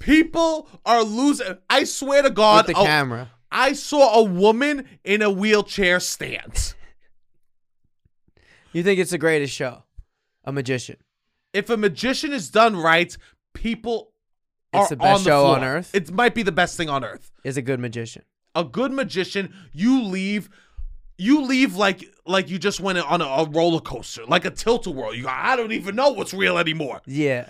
S1: People are losing. I swear to
S2: with
S1: God,
S2: the
S1: a-
S2: camera?
S1: I saw a woman in a wheelchair stand.
S2: You think it's the greatest show? A magician.
S1: If a magician is done right, people are
S2: It's the best
S1: on the
S2: show
S1: floor.
S2: on earth.
S1: It might be the best thing on earth.
S2: Is a good magician.
S1: a good magician, you leave, you leave like like you just went on a, a roller coaster, like a tilt a whirl. You go, I don't even know what's real anymore.
S2: Yeah.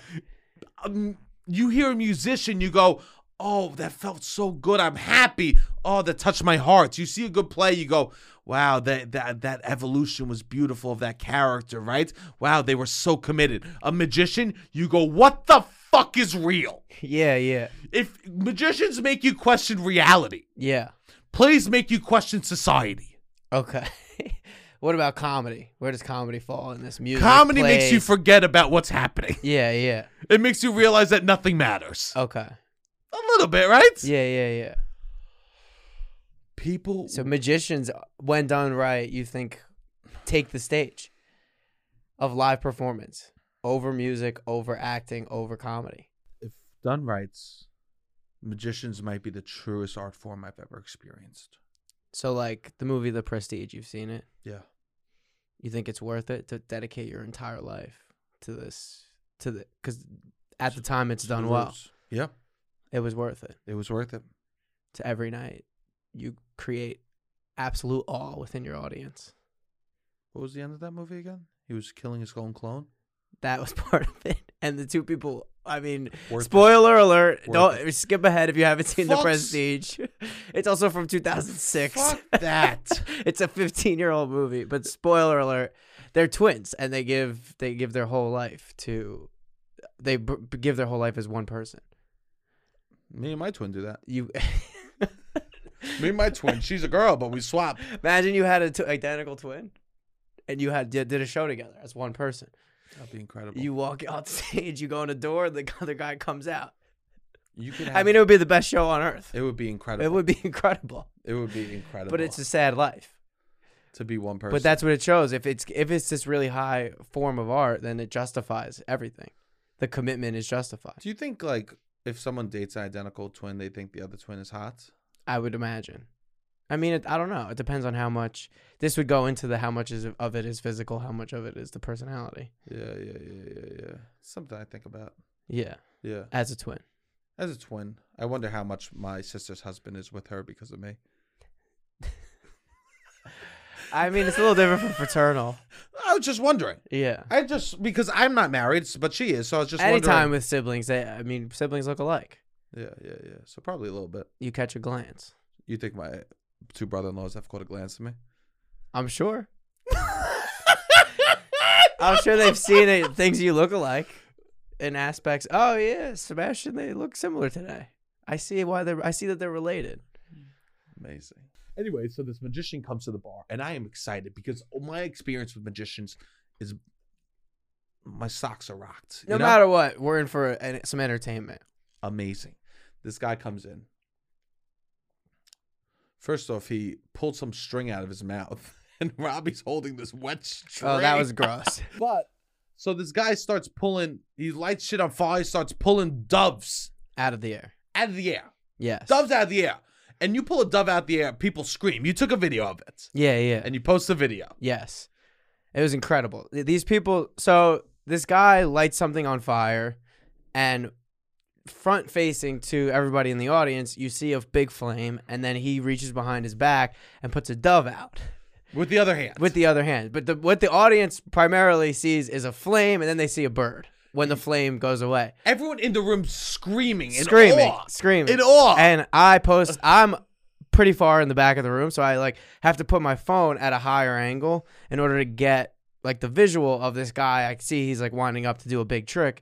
S1: Um, you hear a musician, you go, oh, that felt so good. I'm happy. Oh, that touched my heart. You see a good play, you go, wow, that that that evolution was beautiful of that character, right? Wow, they were so committed. A magician, you go, what the fuck is real?
S2: Yeah, yeah.
S1: If magicians make you question reality,
S2: Yeah.
S1: plays make you question society.
S2: Okay. what about comedy? Where does comedy fall in this music?
S1: Comedy makes you
S2: plays?
S1: forget about what's happening.
S2: Yeah, yeah.
S1: It makes you realize that nothing matters.
S2: Okay.
S1: A little bit, right?
S2: Oh. Yeah, yeah, yeah.
S1: People.
S2: So magicians, when done right, you think take the stage of live performance over music, over acting, over comedy.
S1: if done right, magicians might be the truest art form I've ever experienced.
S2: So like the movie The Prestige, you've seen it.
S1: Yeah.
S2: You think it's worth it to dedicate your entire life to this to the cuz at the time it's done well.
S1: Yeah,
S2: It was worth it.
S1: it was worth it.
S2: To every night you create absolute awe within your audience.
S1: What was the end of that movie again? He was killing his own clone.
S2: That was part of it. And the two people, I mean,
S1: Worth it.
S2: spoiler alert.
S1: Worth
S2: don't skip ahead if you haven't seen The
S1: Fucks.
S2: Prestige. It's also from 2006.
S1: Fuck that.
S2: it's a 15-year-old movie, but spoiler alert, they're twins and they give they give their whole life to they b- b- give their whole life as one person.
S1: Me and my twin do that.
S2: You
S1: Me and my twin. She's a girl, but we swap.
S2: imagine you had an identical twin and you had did did a show together as one person.
S1: That'd be incredible.
S2: You walk out stage, you go on a door, the other guy comes out.
S1: you could. Have,
S2: I mean, it would be the best show on earth.
S1: it would be
S2: It
S1: incredible.
S2: would be incredible,
S1: It would be incredible.
S2: but it's a sad life.
S1: to be one person.
S2: But that's what it shows. If it's if it's this really high form of art, then it justifies everything. The commitment is justified.
S1: Do you think like if someone dates an identical twin, they think the other twin is hot?
S2: I would imagine. I mean, it, I don't know. It depends on how much this would go into the how much is of it is physical, how much of it is the personality.
S1: Yeah, yeah, yeah, yeah, yeah. Something I think about.
S2: Yeah,
S1: Yeah.
S2: as a twin.
S1: As a twin, I wonder how much my sister's husband is with her because of me.
S2: I mean, it's a little different from fraternal.
S1: I was just wondering.
S2: Yeah.
S1: I just because I'm not married, s- but she is, so I was just
S2: Anytime with siblings, they, I mean, siblings look alike.
S1: wondering. Yeah, yeah, yeah. So probably a little bit.
S2: You catch a glance.
S1: You think my two brother-in-laws have caught a glance at me?
S2: I'm sure. I'm sure they've seen it, things you look alike in aspects. Oh yeah, Sebastian, they look similar today. I see why they're. I see that they're related.
S1: Amazing. Anyway, so this magician comes to the bar, and I am excited because my experience with magicians is my socks are rocked.
S2: No
S1: you know?
S2: matter what, we're in for an, some entertainment.
S1: amazing. This guy comes in. First off, he pulled some string out of his mouth, and Robbie's holding this wet string.
S2: Oh, that was gross.
S1: but so this guy starts pulling. He lights shit on fire. He starts pulling doves
S2: Out of the air.
S1: out of the air.
S2: Yes.
S1: Doves out of the air. And you pull a dove out of the air, people scream. You took a video of it,
S2: Yeah, yeah.
S1: and you post the video.
S2: Yes. It was incredible. Th- These people. So this guy lights something on fire, and front facing to everybody in the audience, you see a big flame, and then he reaches behind his back and puts a dove out.
S1: With the other hand,
S2: with the other hand. But the, what the audience primarily sees is a flame, and then they see a bird when the flame goes away,
S1: everyone in the room screaming, in
S2: screaming,
S1: awe.
S2: screaming
S1: in awe.
S2: And I post. I'm pretty far in the back of the room, so I like have to put my phone at a higher angle in order to get like the visual of this guy. I see he's like winding up to do a big trick.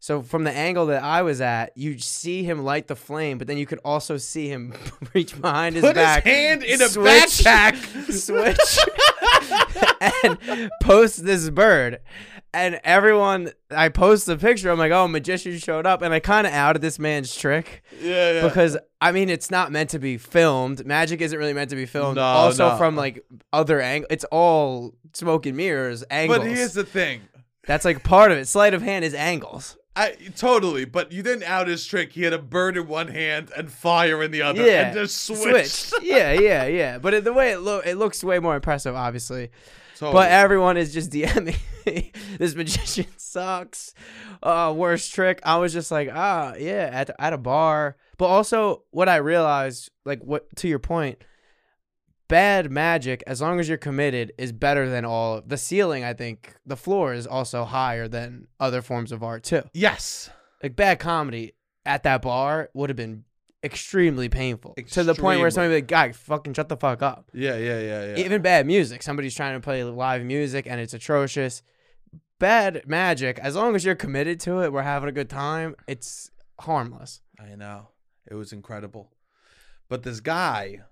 S2: So from the angle that I was at, you see him light the flame, but then you could also see him reach behind his
S1: Put
S2: back,
S1: his hand in a
S2: switch-
S1: backpack.
S2: switch and post this bird. And everyone, I post the picture. I'm like, oh, magician showed up. And I kind of outed this man's trick
S1: yeah, yeah.
S2: because, I mean, it's not meant to be filmed. Magic isn't really meant to be filmed.
S1: No,
S2: also,
S1: no.
S2: from like other angle, it's all smoke and mirrors angles.
S1: but here's the thing.
S2: That's like part of it. Sleight of hand is angles.
S1: I totally, but you didn't out his trick. He had a bird in one hand and fire in the other, and just switched.
S2: yeah, yeah, yeah. But it, the way it looks, it looks way more impressive, obviously.
S1: Totally.
S2: But everyone is just DMing me. this magician sucks. Uh, worst trick. I was just like, ah, yeah, at at a bar. But also, what I realized, like, what to your point, bad magic, as long as you're committed, is better than all. The ceiling, I think, the floor is also higher than other forms of art too.
S1: yes,
S2: like bad comedy at that bar would have been extremely painful to the point where
S1: Extremely.
S2: somebody would be like, "Guy, fucking shut the fuck up."
S1: yeah, yeah, yeah, yeah.
S2: Even bad music, somebody's trying to play live music and it's atrocious. Bad magic, as long as you're committed to it, we're having a good time. It's harmless.
S1: I know. It was incredible. But this guy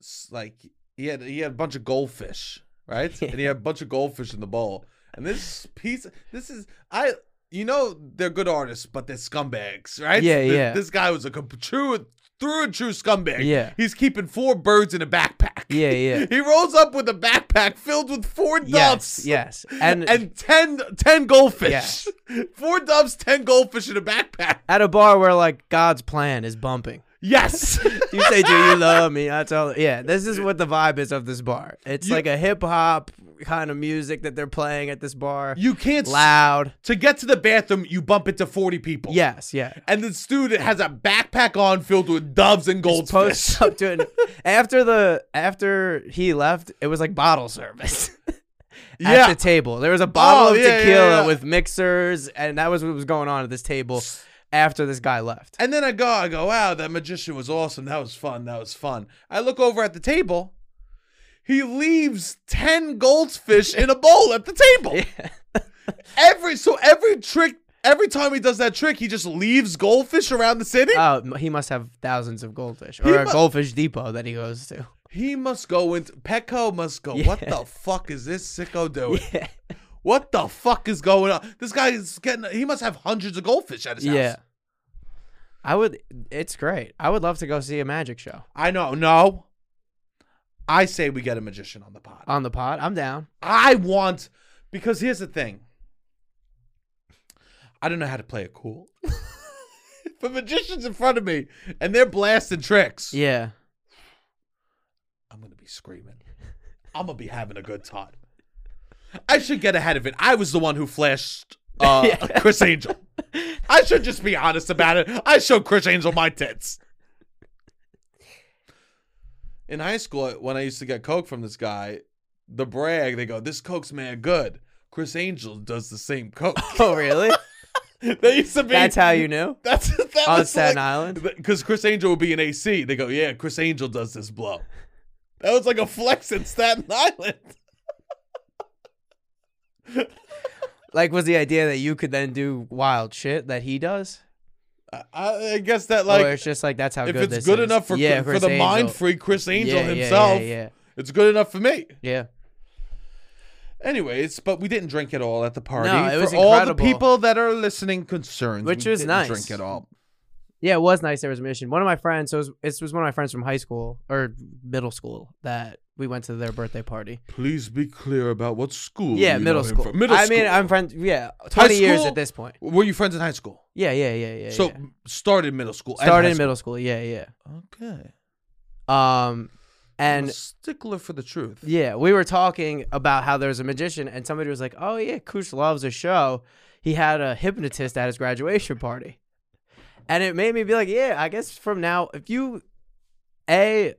S1: s- like he had he had a bunch of goldfish, right? and he had a bunch of goldfish in the bowl. And this piece this is I you know they're good artists, but they're scumbags, right?
S2: Yeah,
S1: Th-
S2: yeah.
S1: This guy was a comp- true through and true scumbag.
S2: Yeah.
S1: He's keeping four birds in a backpack.
S2: Yeah, yeah.
S1: he rolls up with a backpack filled with four ducks
S2: Yes, yes, and,
S1: and 10, 10 goldfish.
S2: Yes.
S1: Four doves, 10 goldfish in a backpack.
S2: at a bar where like God's plan is bumping.
S1: Yes.
S2: You say, "Do you love me?" I tell, yeah. This is what the vibe is of this bar. It's
S1: You-
S2: like a hip hop kind of music that they're playing at this bar.
S1: you can't s-
S2: loud.
S1: to get to the bathroom, you bump it to 40 people.
S2: Yes, yeah.
S1: And this dude has a backpack on filled with doves and goldfish.
S2: Post up to it. After the after he left, it was like bottle service.
S1: Yeah.
S2: At the table. There was a bottle
S1: Oh,
S2: of
S1: yeah, yeah,
S2: tequila
S1: yeah.
S2: with mixers, and that was what was going on at this table after this guy left.
S1: and then I go, I go, wow, that magician was awesome. That was fun. That was fun. I look over at the table. He leaves 10 goldfish in a bowl at the table. Every so every trick every time he does that trick, he just leaves goldfish around the city.
S2: Oh, m- he must have thousands of goldfish
S1: He
S2: or a
S1: mu-
S2: goldfish depot that he goes to.
S1: He must go into Petco must go. What the fuck is this sicko doing?
S2: Yeah.
S1: What the fuck is going on? This guy is getting. He must have hundreds of goldfish at his house.
S2: Yeah. I would it's great. I would love to go see a magic show
S1: I know. No, I say we get a magician on the pod.
S2: on the pod. I'm down.
S1: I want because here's the thing. I don't know how to play it cool. if a magician's in front of me and they're blasting tricks,
S2: Yeah.
S1: I'm gonna be screaming. I'm gonna be having a good time. I should get ahead of it. I was the one who flashed uh,
S2: Yeah.
S1: Chris Angel. I should just be honest about it. I showed Chris Angel my tits. In high school, when I used to get coke from this guy, the brag they go, "This coke's man good." Chris Angel does the same coke.
S2: Oh really?
S1: they used to be.
S2: That's how you knew?
S1: That's that
S2: On
S1: was
S2: Staten
S1: like-
S2: Island?
S1: because Chris Angel would be an AC. They go, yeah, Chris Angel does this blow. That was like a flex in Staten Island.
S2: Like, was the idea that you could then do wild shit that he does?
S1: I- I, I guess that
S2: or
S1: like
S2: it's just like that's how
S1: if
S2: good
S1: it's
S2: this
S1: good
S2: is.
S1: enough for
S2: Yeah,
S1: for
S2: Chris
S1: the
S2: Angel.
S1: mind free Chris Angel
S2: Yeah, yeah,
S1: himself,
S2: Yeah, yeah,
S1: it's good enough for me.
S2: yeah.
S1: Anyways, but we didn't drink at all at the party.
S2: No, it
S1: for
S2: was
S1: all the
S2: incredible.
S1: people that are listening concerned,
S2: Which
S1: we
S2: was
S1: didn't
S2: nice.
S1: Drink at all.
S2: Yeah, it was nice. There was a mission. One of my friends, so it was, it was one of my friends from high school or middle school that we went to their birthday party.
S1: Please be clear about what school.
S2: yeah,
S1: you
S2: middle
S1: know him
S2: school.
S1: from. Middle
S2: I
S1: school.
S2: mean, I'm friends. Yeah, 20 years
S1: school?
S2: at this point.
S1: were you friends in high school?
S2: Yeah, yeah, yeah, yeah.
S1: so
S2: yeah.
S1: started middle school. and
S2: started
S1: high
S2: in middle school. Yeah,
S1: school. Okay.
S2: yeah. Um, and
S1: stickler for the truth.
S2: Yeah, we were talking about how there's a magician, and somebody was like, "Oh yeah, Koosh loves a show. He had a hypnotist at his graduation party," and it made me be like, "Yeah, I guess from now, if you a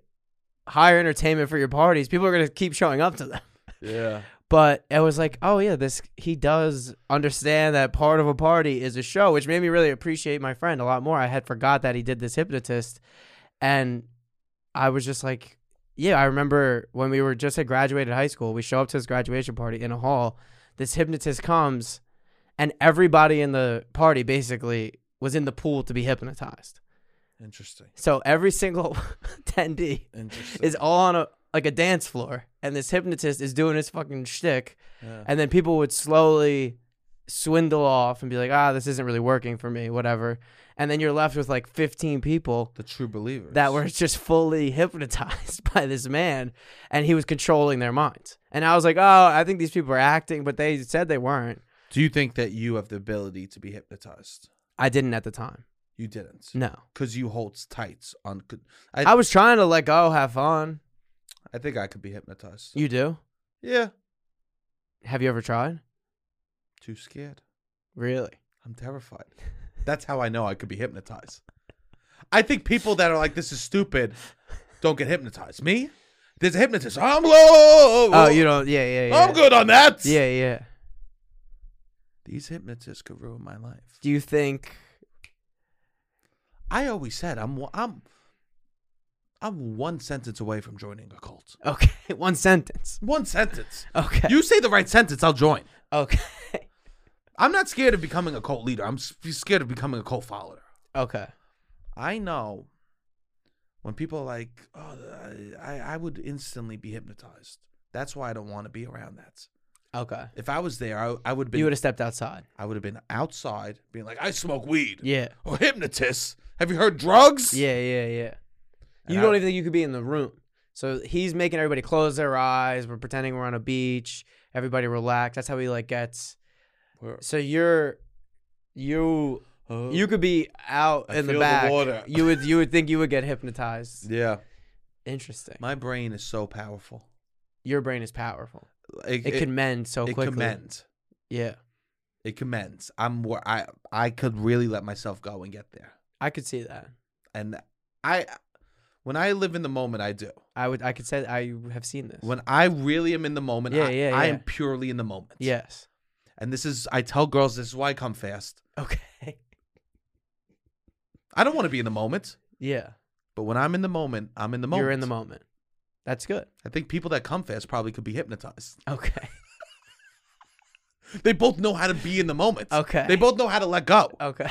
S2: hire entertainment for your parties, people are gonna keep showing up to them."
S1: Yeah.
S2: But I was like, "Oh yeah, this he does understand that part of a party is a show," which made me really appreciate my friend a lot more. I had forgot that he did this hypnotist, and I was just like, yeah, I remember when we were just had graduated high school, we show up to his graduation party in a hall. This hypnotist comes, and everybody in the party basically was in the pool to be hypnotized.
S1: Interesting.
S2: So every single attendee
S1: Interesting.
S2: is all on a like a dance floor, and this hypnotist is doing his fucking shtick,
S1: Yeah.
S2: and then people would slowly swindle off and be like, ah, this isn't really working for me, whatever. And then you're left with like 15 people
S1: The true believers.
S2: that were just fully hypnotized by this man, and he was controlling their minds. And I was like, oh, I think these people are acting, but they said they weren't.
S1: Do you think that you have the ability to be hypnotized?
S2: I didn't at the time.
S1: You didn't,
S2: No.
S1: because you holds tights on. could- I
S2: I was trying to let go, have fun.
S1: I think I could be hypnotized.
S2: You do?
S1: yeah,
S2: Have you ever tried?
S1: too scared.
S2: Really?
S1: I'm terrified. That's how I know I could be hypnotized. I think people that are like, this is stupid, don't get hypnotized. Me? There's a hypnotist. I'm low.
S2: Oh, you don't? Yeah, yeah, yeah.
S1: I'm good on that.
S2: Yeah, yeah.
S1: These hypnotists could ruin my life.
S2: Do you think?
S1: I always said I'm one- I'm I'm one sentence away from joining a cult.
S2: Okay, one sentence.
S1: One sentence.
S2: Okay.
S1: You say the right sentence, I'll join.
S2: okay.
S1: I'm not scared of becoming a cult leader. I'm s- scared of becoming a cult follower.
S2: Okay.
S1: I know when people are like, oh, I, I would instantly be hypnotized. That's why I don't want to be around that.
S2: Okay.
S1: If I was there, I, I would
S2: you
S1: be.
S2: would have stepped outside.
S1: I would have been outside, being like, I smoke weed.
S2: Yeah.
S1: Or hypnotists. Have you heard drugs?
S2: Yeah, yeah, yeah.
S1: And
S2: you
S1: I-
S2: don't even think you could be in the room. So he's making everybody close their eyes. We're pretending we're on a beach. Everybody relax. That's how he like gets.
S1: Where-
S2: So you're, you,
S1: oh,
S2: you could be out
S1: I
S2: in the
S1: feel the
S2: back.
S1: water.
S2: You would, you would think you would get hypnotized.
S1: Yeah.
S2: Interesting.
S1: My brain is so powerful.
S2: Your brain is powerful.
S1: It,
S2: It, can mend so
S1: it
S2: Oh, quickly.
S1: can mend.
S2: Yeah,
S1: It can mend. I'm where I I could really let myself go and get there.
S2: I could see that.
S1: And I, when I live in the moment, I do.
S2: I would. I could say I have seen this.
S1: When I really am in the moment,
S2: Yeah,
S1: I,
S2: yeah,
S1: I
S2: yeah.
S1: am purely in the moment.
S2: yes.
S1: And this is, I tell girls, this is why I come fast.
S2: Okay.
S1: I don't want to be in the moment,
S2: Yeah.
S1: but when I'm in the moment, I'm in the moment.
S2: You're in the moment. That's good.
S1: I think people that come fast probably could be hypnotized.
S2: Okay.
S1: They both know how to be in the moment.
S2: Okay.
S1: They both know how to let go.
S2: Okay.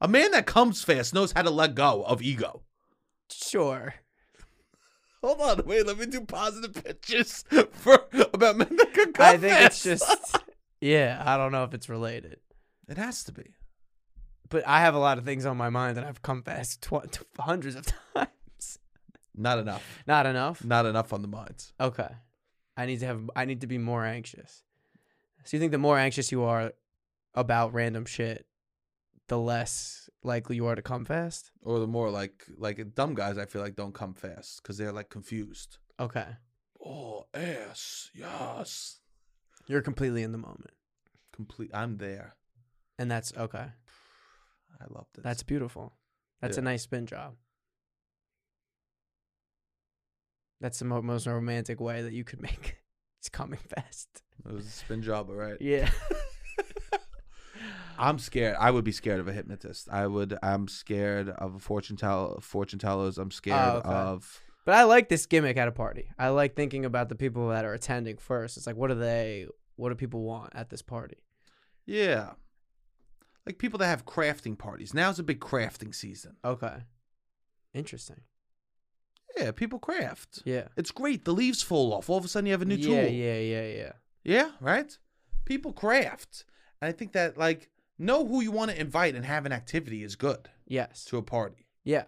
S1: A man that comes fast knows how to let go of ego.
S2: Sure.
S1: Hold on, wait, let me do positive pictures for about men that can come
S2: I think
S1: fast.
S2: it's just. Yeah, I don't know if it's related,
S1: It has to be.
S2: but I have a lot of things on my mind that I've come past tw- t- hundreds of times.
S1: Not enough.
S2: Not enough.
S1: Not enough on the minds.
S2: Okay. I need to have. I need to be more anxious. So you think the more anxious you are about random shit, the less likely you are to come fast.
S1: Or the more like like dumb guys, I feel like don't come fast because they're like confused.
S2: Okay.
S1: Oh, ass, yes.
S2: You're completely in the moment.
S1: Complete. I'm there.
S2: And that's okay.
S1: I love this.
S2: That's beautiful. That's a
S1: Yeah.
S2: nice spin job. That's the mo- most romantic way that you could make it's coming fast.
S1: it was a spin job, all right.
S2: Yeah.
S1: I'm scared. I would be scared of a hypnotist. I would. I'm scared of a fortune tell fortune tellers. I'm scared
S2: Oh, okay.
S1: of.
S2: But I like this gimmick at a party. I like thinking about the people that are attending first. It's like what do they what do people want at this party?
S1: Yeah. Like people that have crafting parties. Now's a big crafting season.
S2: Okay. Interesting.
S1: Yeah, people craft.
S2: Yeah.
S1: It's great. The leaves fall off. All of a sudden, you have a new
S2: yeah,
S1: tool.
S2: yeah, yeah, yeah.
S1: Yeah, right? People craft. And I think that, like, know who you want to invite and have an activity is good
S2: Yes.
S1: to a party.
S2: Yeah.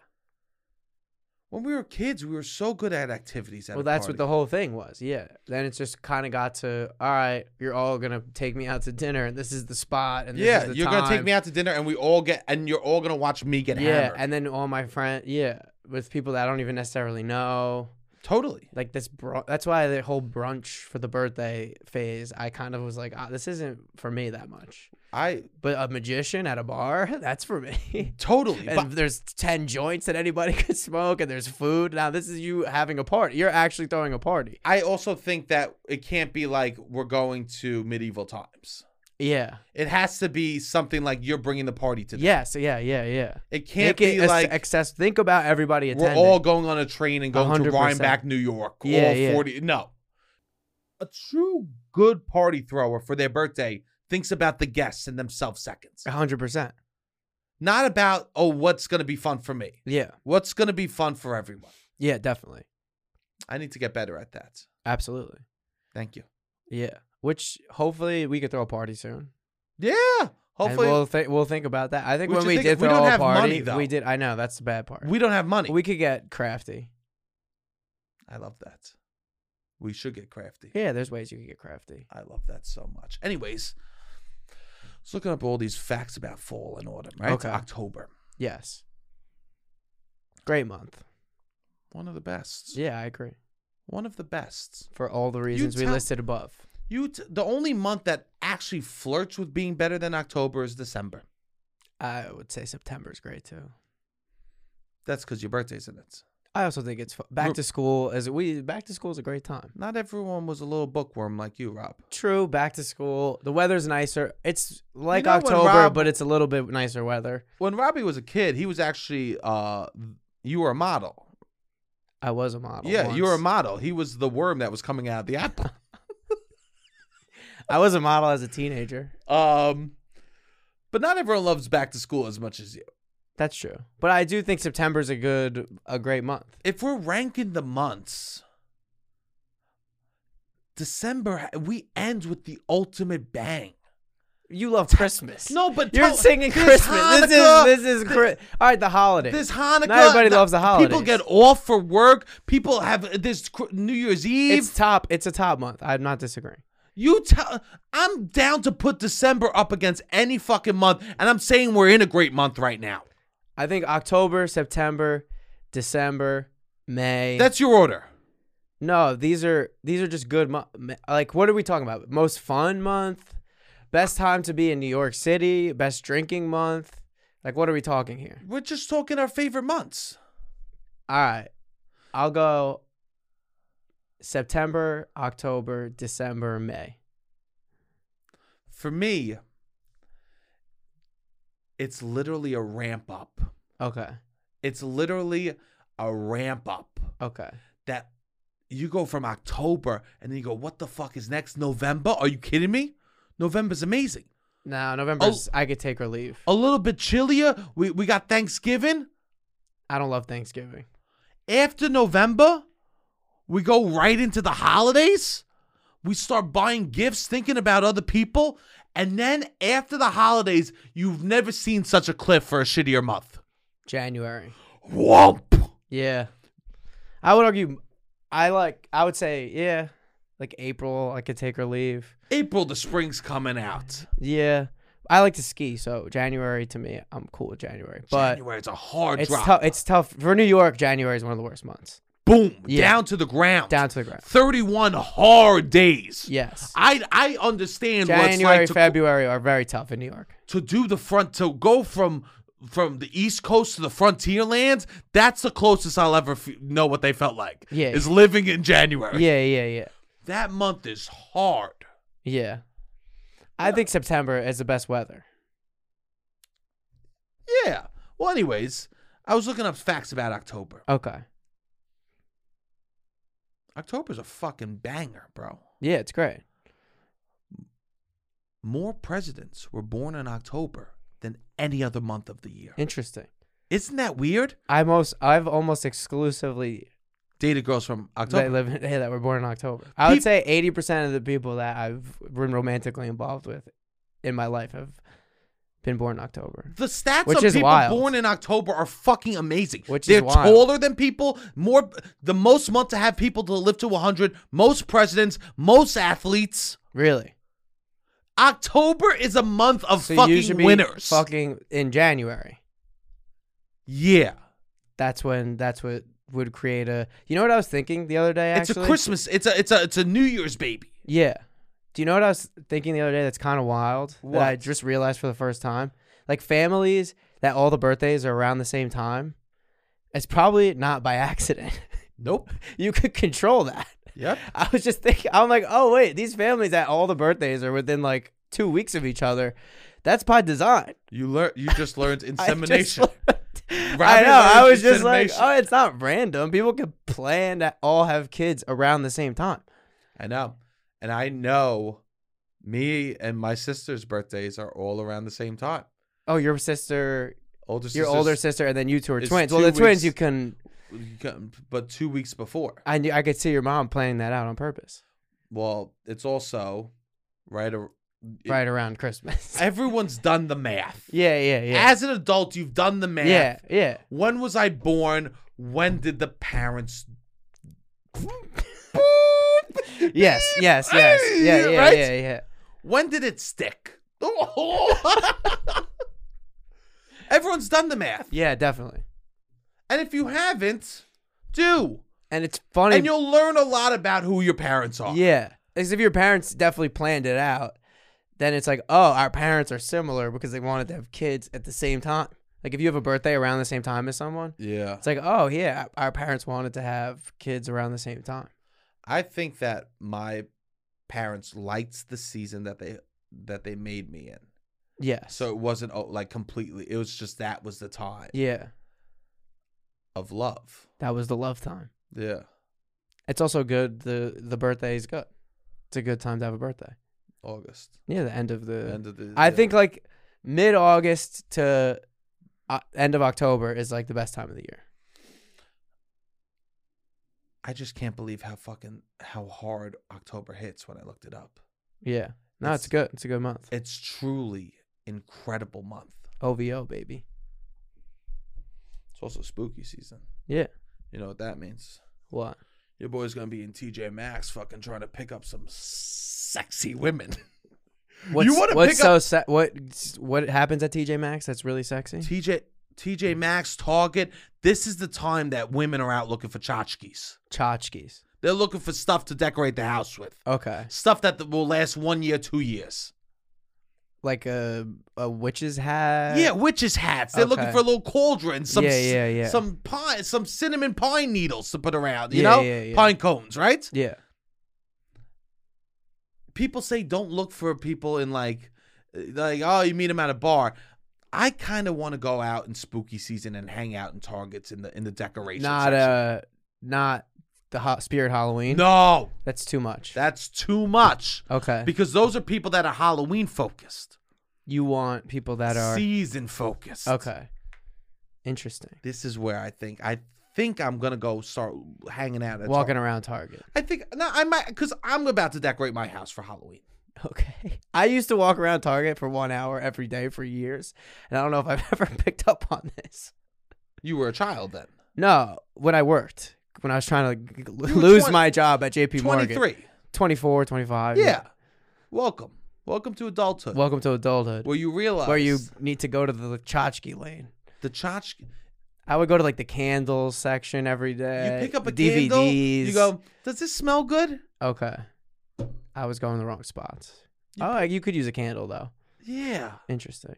S1: When we were kids, we were so good at activities. At
S2: well, that's what the whole thing was. Yeah. Then it's just kind of got to all right. You're all gonna take me out to dinner, and this is the spot, and this
S1: Yeah,
S2: is the
S1: you're gonna take
S2: time.
S1: me out to dinner, and we all get, and you're all gonna watch me get
S2: yeah,
S1: hammered.
S2: and then all my friend, yeah, with people that I don't even necessarily know.
S1: totally.
S2: Like this, br- that's why the whole brunch for the birthday phase. I kind of was like, ah, this isn't for me that much.
S1: I
S2: But a magician at a bar, that's for me.
S1: totally.
S2: and
S1: but
S2: there's ten joints that anybody could smoke, and there's food. Now this is you having a party. You're actually throwing a party.
S1: I also think that it can't be like we're going to medieval times.
S2: Yeah.
S1: It has to be something like you're bringing the party to. them.
S2: Yes. Yeah. Yeah. Yeah.
S1: It can't
S2: Make it
S1: be
S2: ac-
S1: like
S2: access. Think about everybody
S1: we're
S2: attending.
S1: all going on a train and going to
S2: 100%.
S1: Rhinebeck, New York.
S2: Yeah,
S1: all
S2: yeah.
S1: forty. No, a true good party thrower for their birthday thinks about the guests and themselves seconds,
S2: hundred percent.
S1: not about oh what's gonna be fun for me,
S2: Yeah,
S1: what's gonna be fun for everyone.
S2: yeah, definitely.
S1: I need to get better at that.
S2: Absolutely.
S1: Thank you.
S2: Yeah. Which hopefully we could throw a party soon.
S1: Yeah.
S2: And
S1: Hopefully,
S2: we'll think we'll think about that. I think
S1: We
S2: when
S1: should
S2: we
S1: think-
S2: did
S1: we
S2: throw
S1: don't
S2: a
S1: have money,
S2: party,
S1: though.
S2: we did. I know that's the bad part.
S1: we don't have money.
S2: we could get crafty.
S1: I love that. We should get crafty.
S2: Yeah, there's ways you can get crafty.
S1: I love that so much. Anyways, I was looking up all these facts about fall and autumn, right?
S2: Okay.
S1: October.
S2: Yes. Great month.
S1: One of the best.
S2: Yeah, I agree.
S1: One of the best.
S2: For all the reasons we
S1: tell-
S2: listed above.
S1: You t- the only month that actually flirts with being better than October is December.
S2: I would say September's great too.
S1: That's because your birthday's in it.
S2: I also think it's fu- back
S1: We're-
S2: to school as we back to school is a great time.
S1: Not everyone was a little bookworm like you, Rob.
S2: True, back to school. The weather's nicer. It's like
S1: know when
S2: October,
S1: Rob-
S2: but it's a little bit nicer weather.
S1: When Robbie was a kid, he was actually uh, you were a model.
S2: I was a model.
S1: yeah, you were a
S2: once.
S1: model. He was the worm that was coming out of the apple.
S2: I was a model as a teenager.
S1: um, but not everyone loves back to school as much as you.
S2: That's true. But I do think September's a good a great month.
S1: if we're ranking the months, December we end with the ultimate bang.
S2: You love Christmas.
S1: No, but
S2: You're
S1: tell-
S2: singing
S1: there's
S2: Christmas.
S1: Hanukkah,
S2: this is this is Chri- All right, the holiday.
S1: There's Hanukkah.
S2: Not everybody loves the
S1: People
S2: holidays.
S1: get off for work. People have this cr- New Year's Eve.
S2: it's top. It's a top month. I'm not disagreeing.
S1: you tell. I'm down to put December up against any fucking month, and I'm saying we're in a great month right now.
S2: I think October, September, December, May.
S1: That's your order.
S2: no. These are these are just good. Mo- ma- like what are we talking about? Most fun month, best time to be in New York City, best drinking month. Like what are we talking here?
S1: We're just talking our favorite months.
S2: All right. I'll go September, October, December, May.
S1: For me, it's literally a ramp up.
S2: Okay.
S1: It's literally a ramp up
S2: Okay.
S1: that you go from October and then you go, what the fuck is next? November? Are you kidding me? November's amazing.
S2: Now November's I could take or leave.
S1: A little bit chillier. We, we got Thanksgiving.
S2: I don't love Thanksgiving.
S1: After November, we go right into the holidays. We start buying gifts, thinking about other people. And then after the holidays, you've never seen such a cliff for a shittier month.
S2: January.
S1: Womp.
S2: Yeah. I would argue I like I would say, yeah. Like April, I could take or leave.
S1: April, the spring's coming out.
S2: Yeah. I like to ski, so January to me, I'm cool with January. But
S1: January, it's a hard
S2: it's
S1: drop.
S2: tough it's tough for New York, January is one of the worst months.
S1: boom,
S2: Yeah.
S1: down to the ground.
S2: Down to the ground.
S1: 31 hard days.
S2: Yes.
S1: I I understand what
S2: January,
S1: it's like to,
S2: February are very tough in New York.
S1: to do the front to go from from the East Coast to the frontier lands. That's the closest I'll ever f- know what they felt like.
S2: Yeah.
S1: is living in January.
S2: Yeah, yeah, yeah.
S1: that month is hard.
S2: Yeah. I think September is the best weather.
S1: Yeah. Well, anyways, I was looking up facts about October.
S2: Okay.
S1: October's a fucking banger, bro.
S2: Yeah, it's great.
S1: More presidents were born in October than any other month of the year.
S2: Interesting.
S1: Isn't that weird?
S2: I most I've almost exclusively
S1: Dated girls from
S2: that
S1: October.
S2: live in, that were born in October. I
S1: Peop-
S2: would say eighty percent of the people that I've been romantically involved with in my life have been born in October.
S1: The stats
S2: Which
S1: of
S2: is
S1: people
S2: wild.
S1: born in October are fucking amazing.
S2: Which is
S1: They're
S2: wild.
S1: taller than people, more the most month to have people to live to 100, most presidents, most athletes.
S2: Really?
S1: October is a month of
S2: So you
S1: fucking
S2: should be
S1: winners.
S2: Fucking in January.
S1: yeah.
S2: That's when that's what would create a you know what I was thinking the other day
S1: It's
S2: actually?
S1: a Christmas. It's a it's a it's a New Year's baby.
S2: Yeah. Do you know what I was thinking the other day that's kind of wild that I
S1: What?
S2: just realized for the first time? Like families that all the birthdays are around the same time. It's probably not by accident.
S1: Nope.
S2: you could control that.
S1: Yep.
S2: I was just thinking I'm like, "Oh wait, these families that all the birthdays are within like 2 weeks of each other. That's by design."
S1: You learn you just learned
S2: I just
S1: insemination.
S2: learned- I
S1: Robin
S2: know. I
S1: learned
S2: was just like,
S1: insemination.
S2: "Oh, it's not random. People can plan to all have kids around the same time."
S1: I know. And I know me and my sister's birthdays are all around the same time.
S2: Oh, your sister
S1: Older
S2: your
S1: sister's-
S2: older sister, and then you two are
S1: is
S2: twins. Well,
S1: two
S2: the twins
S1: weeks-
S2: you can
S1: but two weeks before.
S2: I knew I could see your mom planning that out on purpose,
S1: Well, it's also right. ar- it-
S2: right around Christmas.
S1: Everyone's done the math.
S2: yeah, yeah, yeah,
S1: As an adult, you've done the math.
S2: yeah, yeah.
S1: When was I born? When did the parents?
S2: Yes, yes, yes, yeah, yeah,
S1: Right?
S2: yeah, yeah.
S1: When did it stick? Everyone's done the math,
S2: Yeah, definitely.
S1: and if you haven't, do.
S2: And it's funny.
S1: And you'll learn a lot about who your parents are.
S2: Yeah. Because if your parents definitely planned it out, then it's like, oh, our parents are similar because they wanted to have kids at the same time. Like if you have a birthday around the same time as someone,
S1: Yeah.
S2: it's like, oh, yeah, our parents wanted to have kids around the same time.
S1: I think that my parents liked the season that they that they made me in.
S2: Yes.
S1: So it wasn't oh, like completely. It was just that was the time
S2: yeah.
S1: of love.
S2: That was the love time.
S1: Yeah.
S2: It's also good. The the birthday is good. It's a good time to have a birthday.
S1: August.
S2: Near the end of the.
S1: End of the
S2: I
S1: yeah.
S2: think like mid August to uh, end of October is like the best time of the year.
S1: I just can't believe how fucking how hard October hits when I looked it up.
S2: Yeah. No,
S1: It's-
S2: it's good. It's a good month.
S1: It's truly incredible month.
S2: OVO, baby.
S1: It's also spooky season.
S2: Yeah.
S1: You know what that means.
S2: What?
S1: Your boy's gonna be in TJ Maxx fucking trying to pick up some sexy women.
S2: What's,
S1: wanna
S2: what's
S1: pick
S2: so se- what what happens at TJ Maxx that's really sexy?
S1: TJ TJ Maxx, Target. This is the time that women are out looking for tchotchkes.
S2: Tchotchkes.
S1: They're looking for stuff to decorate the house with.
S2: Okay.
S1: Stuff that will last one year, two years.
S2: Like a a witch's hat.
S1: yeah, witches hats. They're looking
S2: Uh, okay.
S1: for little cauldrons, some
S2: Yeah,
S1: c-
S2: yeah, yeah.
S1: some pine, some cinnamon pine needles to put around. You
S2: Yeah,
S1: know,
S2: yeah, yeah.
S1: pine cones, right?
S2: Yeah.
S1: People say don't look for people in like, like oh, you meet them at a bar. I kind of want to go out in spooky season and hang out in Targets in the in the decorations.
S2: Not uh not the hot spirit Halloween.
S1: no,
S2: That's too much.
S1: that's too much.
S2: okay.
S1: because those are people that are Halloween focused,
S2: you want people that are
S1: season focused.
S2: Okay. Interesting.
S1: this is where I think I think I'm gonna go start hanging out at
S2: Walking
S1: Target.
S2: around Target.
S1: I think no, I might because I'm about to decorate my house for Halloween.
S2: Okay. I used to walk around Target for 1 hour every day for years, and I don't know if I've ever picked up on this.
S1: You were a child then,
S2: No, when I worked, when I was trying to l-
S1: were
S2: lose
S1: twen-
S2: my job at JP
S1: twenty
S2: Morgan.
S1: three.
S2: 24, 25.
S1: Yeah, welcome, welcome to adulthood,
S2: Welcome to adulthood,
S1: where you realize
S2: where you need to go to the tchotchke lane.
S1: the tchotchke, you
S2: I would go to like the candles section every day.
S1: pick up a
S2: DVDs.
S1: candle, you go, does this smell good?
S2: Okay. I was going the wrong spots. oh, you could use a candle though.
S1: Yeah,
S2: Interesting.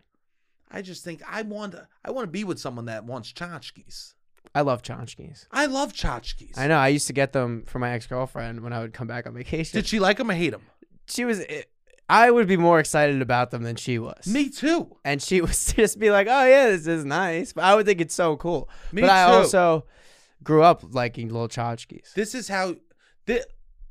S1: I just think I want to, I want to be with someone that wants tchotchkes.
S2: I love tchotchkes.
S1: I love tchotchkes.
S2: I know. I used to get them from my ex girlfriend when I would come back on vacation.
S1: Did she like them or hate them?
S2: she was. eh, I would be more excited about them than she was.
S1: Me too.
S2: and she would just be like, "Oh yeah, this is nice." But I would think it's so cool.
S1: Me
S2: but I
S1: too.
S2: also grew up liking little tchotchkes.
S1: this is how th-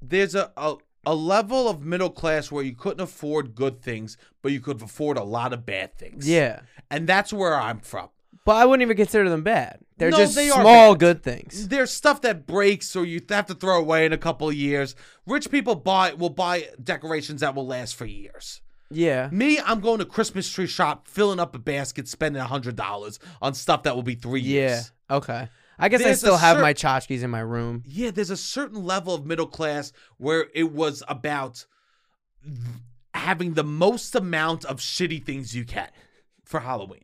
S1: there's a, a a level of middle class where you couldn't afford good things, but you could afford a lot of bad things.
S2: Yeah,
S1: and that's where I'm from.
S2: but I wouldn't even consider them bad. They're
S1: No,
S2: just
S1: they are
S2: small
S1: bad.
S2: good things.
S1: There's stuff that breaks or you have to throw away in a couple of years. Rich people buy will buy decorations that will last for years.
S2: Yeah,
S1: Me, I'm going to Christmas tree shop, filling up a basket, spending hundred dollars on stuff that will be three
S2: yeah.
S1: years.
S2: Okay, I guess I
S1: There's a
S2: still have
S1: cer-
S2: my tchotchkes in my room.
S1: yeah, there's a certain level of middle class where it was about th- having the most amount of shitty things you can for Halloween.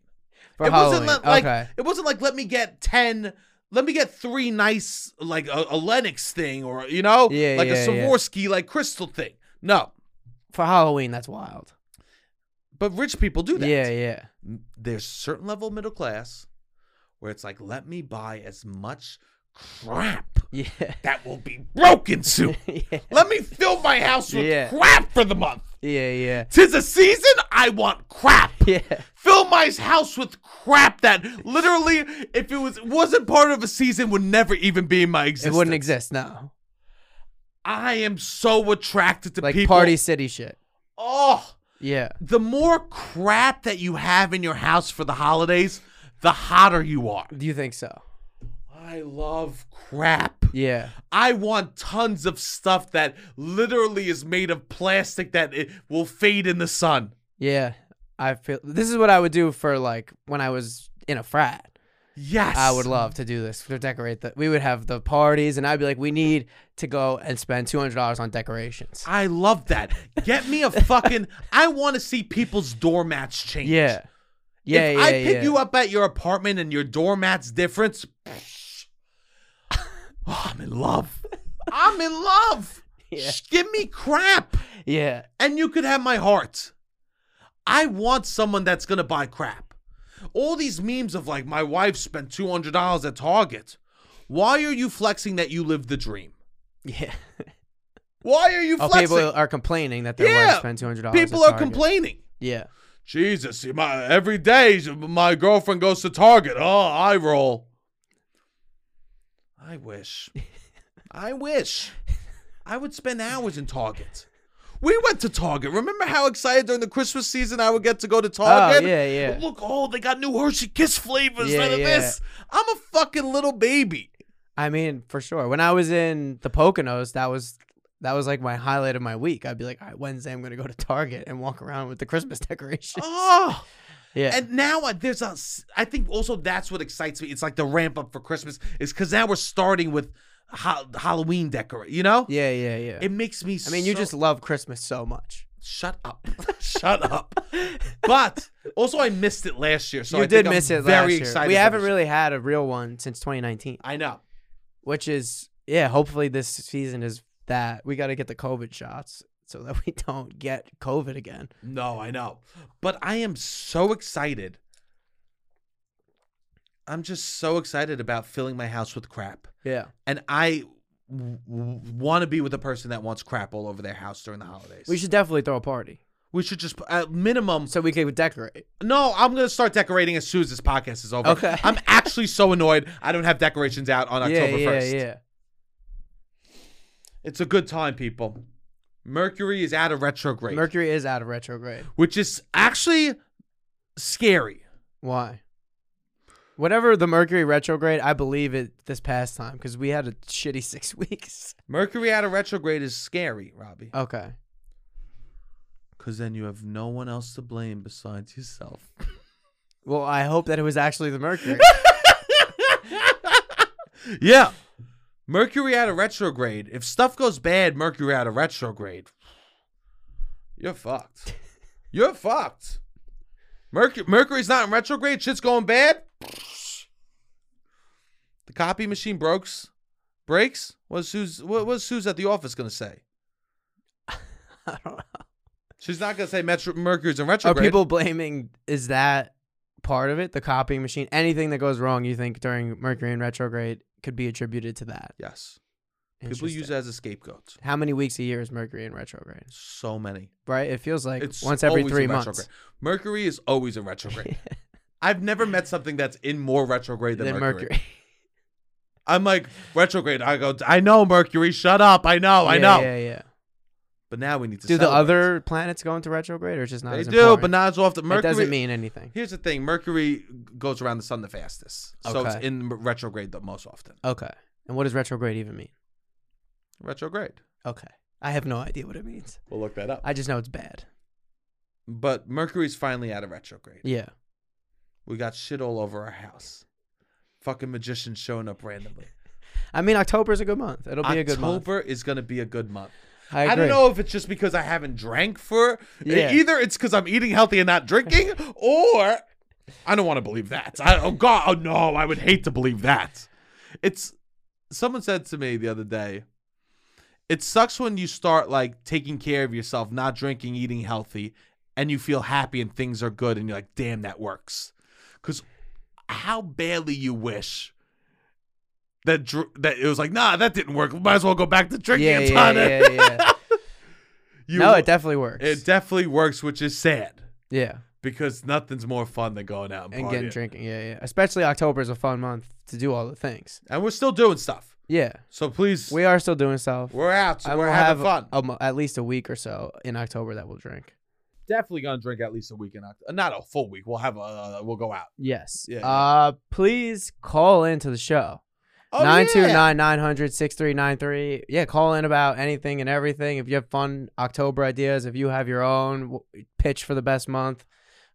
S2: For
S1: it
S2: Halloween.
S1: wasn't li- like
S2: okay.
S1: it wasn't like let me get ten, let me get three nice like a, a Lennox thing or you know
S2: Yeah,
S1: like a
S2: yeah, yeah.
S1: Swarovski like crystal thing. No,
S2: For Halloween, that's wild.
S1: but rich people do that.
S2: Yeah, yeah.
S1: m- there's certain level of middle class where it's like let me buy as much crap
S2: Yeah.
S1: that will be broken soon.
S2: yeah,
S1: Let me fill my house with
S2: Yeah.
S1: crap for the month.
S2: yeah,
S1: Tis a season, I want crap.
S2: yeah,
S1: Fill my house with crap that literally, if it was wasn't part of a season, would never even be in my
S2: It
S1: existence.
S2: wouldn't exist, no.
S1: I am so attracted to
S2: Like
S1: people.
S2: party city shit.
S1: Oh,
S2: Yeah,
S1: the more crap that you have in your house for the holidays, the hotter you are.
S2: do you think so?
S1: I I love crap.
S2: Yeah.
S1: I want tons of stuff that literally is made of plastic that it will fade in the sun.
S2: Yeah. I feel this is what I would do for like when I was in a frat.
S1: Yes.
S2: I would love to do this to decorate the. We would have the parties, and I'd be like, we need to go and spend two hundred dollars on decorations.
S1: I love that. Get me a fucking. I want to see people's doormats change.
S2: Yeah, yeah,
S1: if
S2: yeah.
S1: I pick
S2: yeah.
S1: you up at your apartment and your doormat's different, psh, oh, I'm in love. I'm in love.
S2: Yeah.
S1: Sh- Give me crap,
S2: yeah,
S1: and you could have my heart. I want someone that's gonna buy crap. All these memes of like my wife spent two hundred dollars at Target. Why are you flexing that you live the dream?
S2: yeah.
S1: Why are you
S2: Oh,
S1: flexing?
S2: people are complaining that their
S1: Yeah.
S2: wife spent two hundred dollars.
S1: people are complaining.
S2: Yeah,
S1: Jesus, my every day my girlfriend goes to Target. Oh, I roll. I wish. I wish. I would spend hours in Target. We went to Target. Remember how excited during the Christmas season I would get to go to Target?
S2: Oh, yeah, yeah.
S1: Look, oh, they got new Hershey Kiss flavors
S2: Yeah,
S1: out of
S2: yeah.
S1: this. I'm a fucking little baby.
S2: I mean for sure. When I was in the Poconos, that was that was like my highlight of my week. I'd be like, All right, Wednesday, I'm gonna go to Target and walk around with the Christmas decorations.
S1: Oh.
S2: yeah,
S1: And now I- there's a, s- I think also that's what excites me. It's like the ramp up for Christmas is because now we're starting with ha- Halloween decor. You know,
S2: yeah, yeah, yeah.
S1: it makes me.
S2: I mean, you just love Christmas so much.
S1: shut up, shut up. But also, I missed it last year, so
S2: you
S1: I
S2: did
S1: think
S2: miss
S1: I'm
S2: it
S1: very
S2: last year.
S1: Excited
S2: we
S1: for
S2: haven't
S1: this year.
S2: really had a real one since 2019,
S1: I know.
S2: which is yeah. Hopefully this season is that we got to get the COVID shots so that we don't get COVID again.
S1: No, I know. But I am so excited. I'm just so excited about filling my house with crap.
S2: Yeah,
S1: And I w- w- want to be with a person that wants crap all over their house during the holidays.
S2: we should definitely throw a party
S1: We should just at minimum.
S2: so we could decorate.
S1: No, I'm gonna start decorating as soon as this podcast is over.
S2: Okay.
S1: I'm actually so annoyed. I don't have decorations out on
S2: yeah,
S1: October
S2: yeah,
S1: first.
S2: yeah.
S1: It's a good time, people. Mercury is out of retrograde,
S2: Mercury is out of retrograde.
S1: which is actually scary.
S2: Why? Whatever the Mercury retrograde, I believe it this past time because we had a shitty six weeks.
S1: Mercury out of retrograde is scary, Robbie,
S2: Okay.
S1: because Uh, then you have no one else to blame besides yourself.
S2: Well, I hope that it was actually the Mercury.
S1: yeah. Mercury out of retrograde. If stuff goes bad, Mercury out of retrograde. You're fucked. You're fucked. Mercury Mercury's not in retrograde. Shit's going bad. The copy machine breaks. Breaks. What's Sue's? What was Sue's at the office gonna say?
S2: I don't know.
S1: She's not gonna say Metro- Mercury's in
S2: Are
S1: retrograde.
S2: people blaming? Is that part of it? The copying machine? Anything that goes wrong, you think during Mercury in retrograde could be attributed to that?
S1: yes. People
S2: Interesting.
S1: use it as a scapegoat.
S2: How many weeks a year is Mercury in retrograde?
S1: So many.
S2: Right? It feels like
S1: It's
S2: once every
S1: always
S2: three
S1: in
S2: months.
S1: retrograde. Mercury is always in retrograde. I've never met something that's in more retrograde than,
S2: Then
S1: Mercury.
S2: Mercury.
S1: I'm like retrograde. I go. I know Mercury. Shut up. I know. Oh, I
S2: Yeah,
S1: know.
S2: Yeah, yeah.
S1: But now we need to.
S2: Do the
S1: celebrate.
S2: other planets go into retrograde, or it's just not?
S1: They
S2: as
S1: do,
S2: important?
S1: but not as often. Mercury.
S2: It doesn't mean anything.
S1: Here's the thing. Mercury goes around the sun the fastest, so it's
S2: Okay.
S1: in retrograde the most often.
S2: Okay. And what does retrograde even mean?
S1: Retrograde.
S2: Okay. I have no idea what it means.
S1: We'll look that up.
S2: I just know it's bad.
S1: But Mercury's finally out of retrograde.
S2: Yeah.
S1: We got shit all over our house. Fucking magicians showing up randomly.
S2: I mean, October is a good month. It'll be a good month.
S1: October is gonna be a good month.
S2: I,
S1: I,
S2: agree.
S1: don't know if it's just because I haven't drank for e-,
S2: Yeah.
S1: either it's because I'm eating healthy and not drinking, or I don't want to believe that. I, oh God, oh no, I would hate to believe that. It's someone said to me the other day, it sucks when you start like taking care of yourself, not drinking, eating healthy, and you feel happy and things are good, and you're like, damn, that works. Because how badly you wish. That, dr- that it was like nah that didn't work might as well go back to drinking
S2: Yeah,
S1: a
S2: yeah,
S1: ton of-
S2: yeah, yeah.
S1: you
S2: no, it definitely works.
S1: it Oh, definitely works, which is sad
S2: yeah, because
S1: because nothing's more fun than going out and,
S2: and
S1: partying.
S2: getting drinking. Yeah, yeah. Especially October is a fun month to do all the things.
S1: And we're still doing stuff.
S2: Yeah,
S1: So please,
S2: we are still doing stuff.
S1: we're out. So
S2: I
S1: we're
S2: will
S1: having
S2: have
S1: fun.
S2: a mo- at least a week or so in October that we'll drink.
S1: definitely gonna drink at least a week in October. Not a full week. We'll have a. we'll go out.
S2: Yes.
S1: Yeah, yeah.
S2: Uh, please call into the show.
S1: Oh,
S2: Nine two
S1: yeah.
S2: nine nine hundred six three nine three. Yeah, call in about anything and everything. If you have fun October ideas, if you have your own w- pitch for the best month,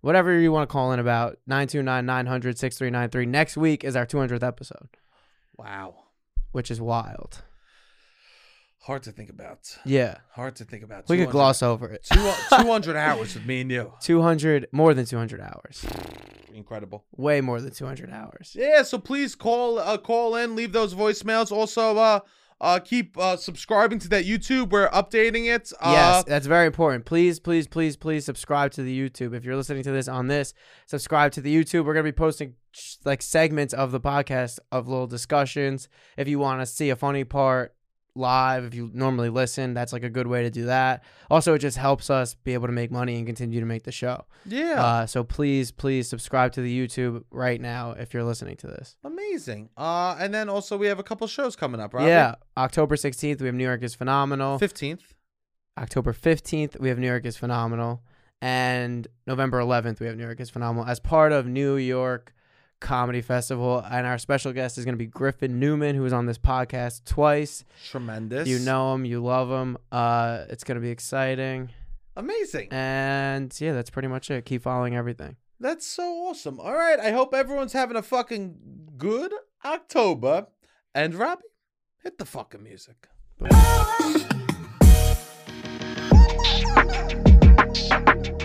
S2: whatever you want to call in about, Nine two nine nine hundred six three nine three. Next week is our 200th episode,
S1: Wow.
S2: which is wild.
S1: Hard to think about.
S2: Yeah.
S1: Hard to think about.
S2: We could
S1: 200
S2: gloss over it.
S1: Two, 200 hours with me and you.
S2: 200, more than 200 hours.
S1: Incredible.
S2: Way more than 200 hours.
S1: Yeah, so please call uh, call in, leave those voicemails. Also, uh, uh, keep uh, subscribing to that YouTube. We're updating it. Uh,
S2: Yes, that's very important. Please, please, please, please subscribe to the YouTube. If you're listening to this on this, subscribe to the YouTube. We're going to be posting sh- like segments of the podcast of little discussions. If you want to see a funny part live, if you normally listen, that's like a good way to do that. Also, it just helps us be able to make money and continue to make the show.
S1: Yeah.
S2: Uh, so please, please subscribe to the YouTube right now if you're listening to this.
S1: Amazing. Uh, and then also we have a couple shows coming up, right?
S2: Yeah, October 16th, we have New York is Phenomenal.
S1: Fifteenth.
S2: October 15th, we have New York is Phenomenal. And November 11th, we have New York is Phenomenal as part of New York Comedy Festival. And our special guest is going to be Griffin Newman, who was on this podcast twice.
S1: Tremendous.
S2: You know him, you love him. Uh, it's going to be exciting.
S1: Amazing.
S2: And yeah, that's pretty much it. Keep following everything.
S1: That's so awesome. All right. I hope everyone's having a fucking good October. And Robbie, hit the fucking music.
S3: Thank you.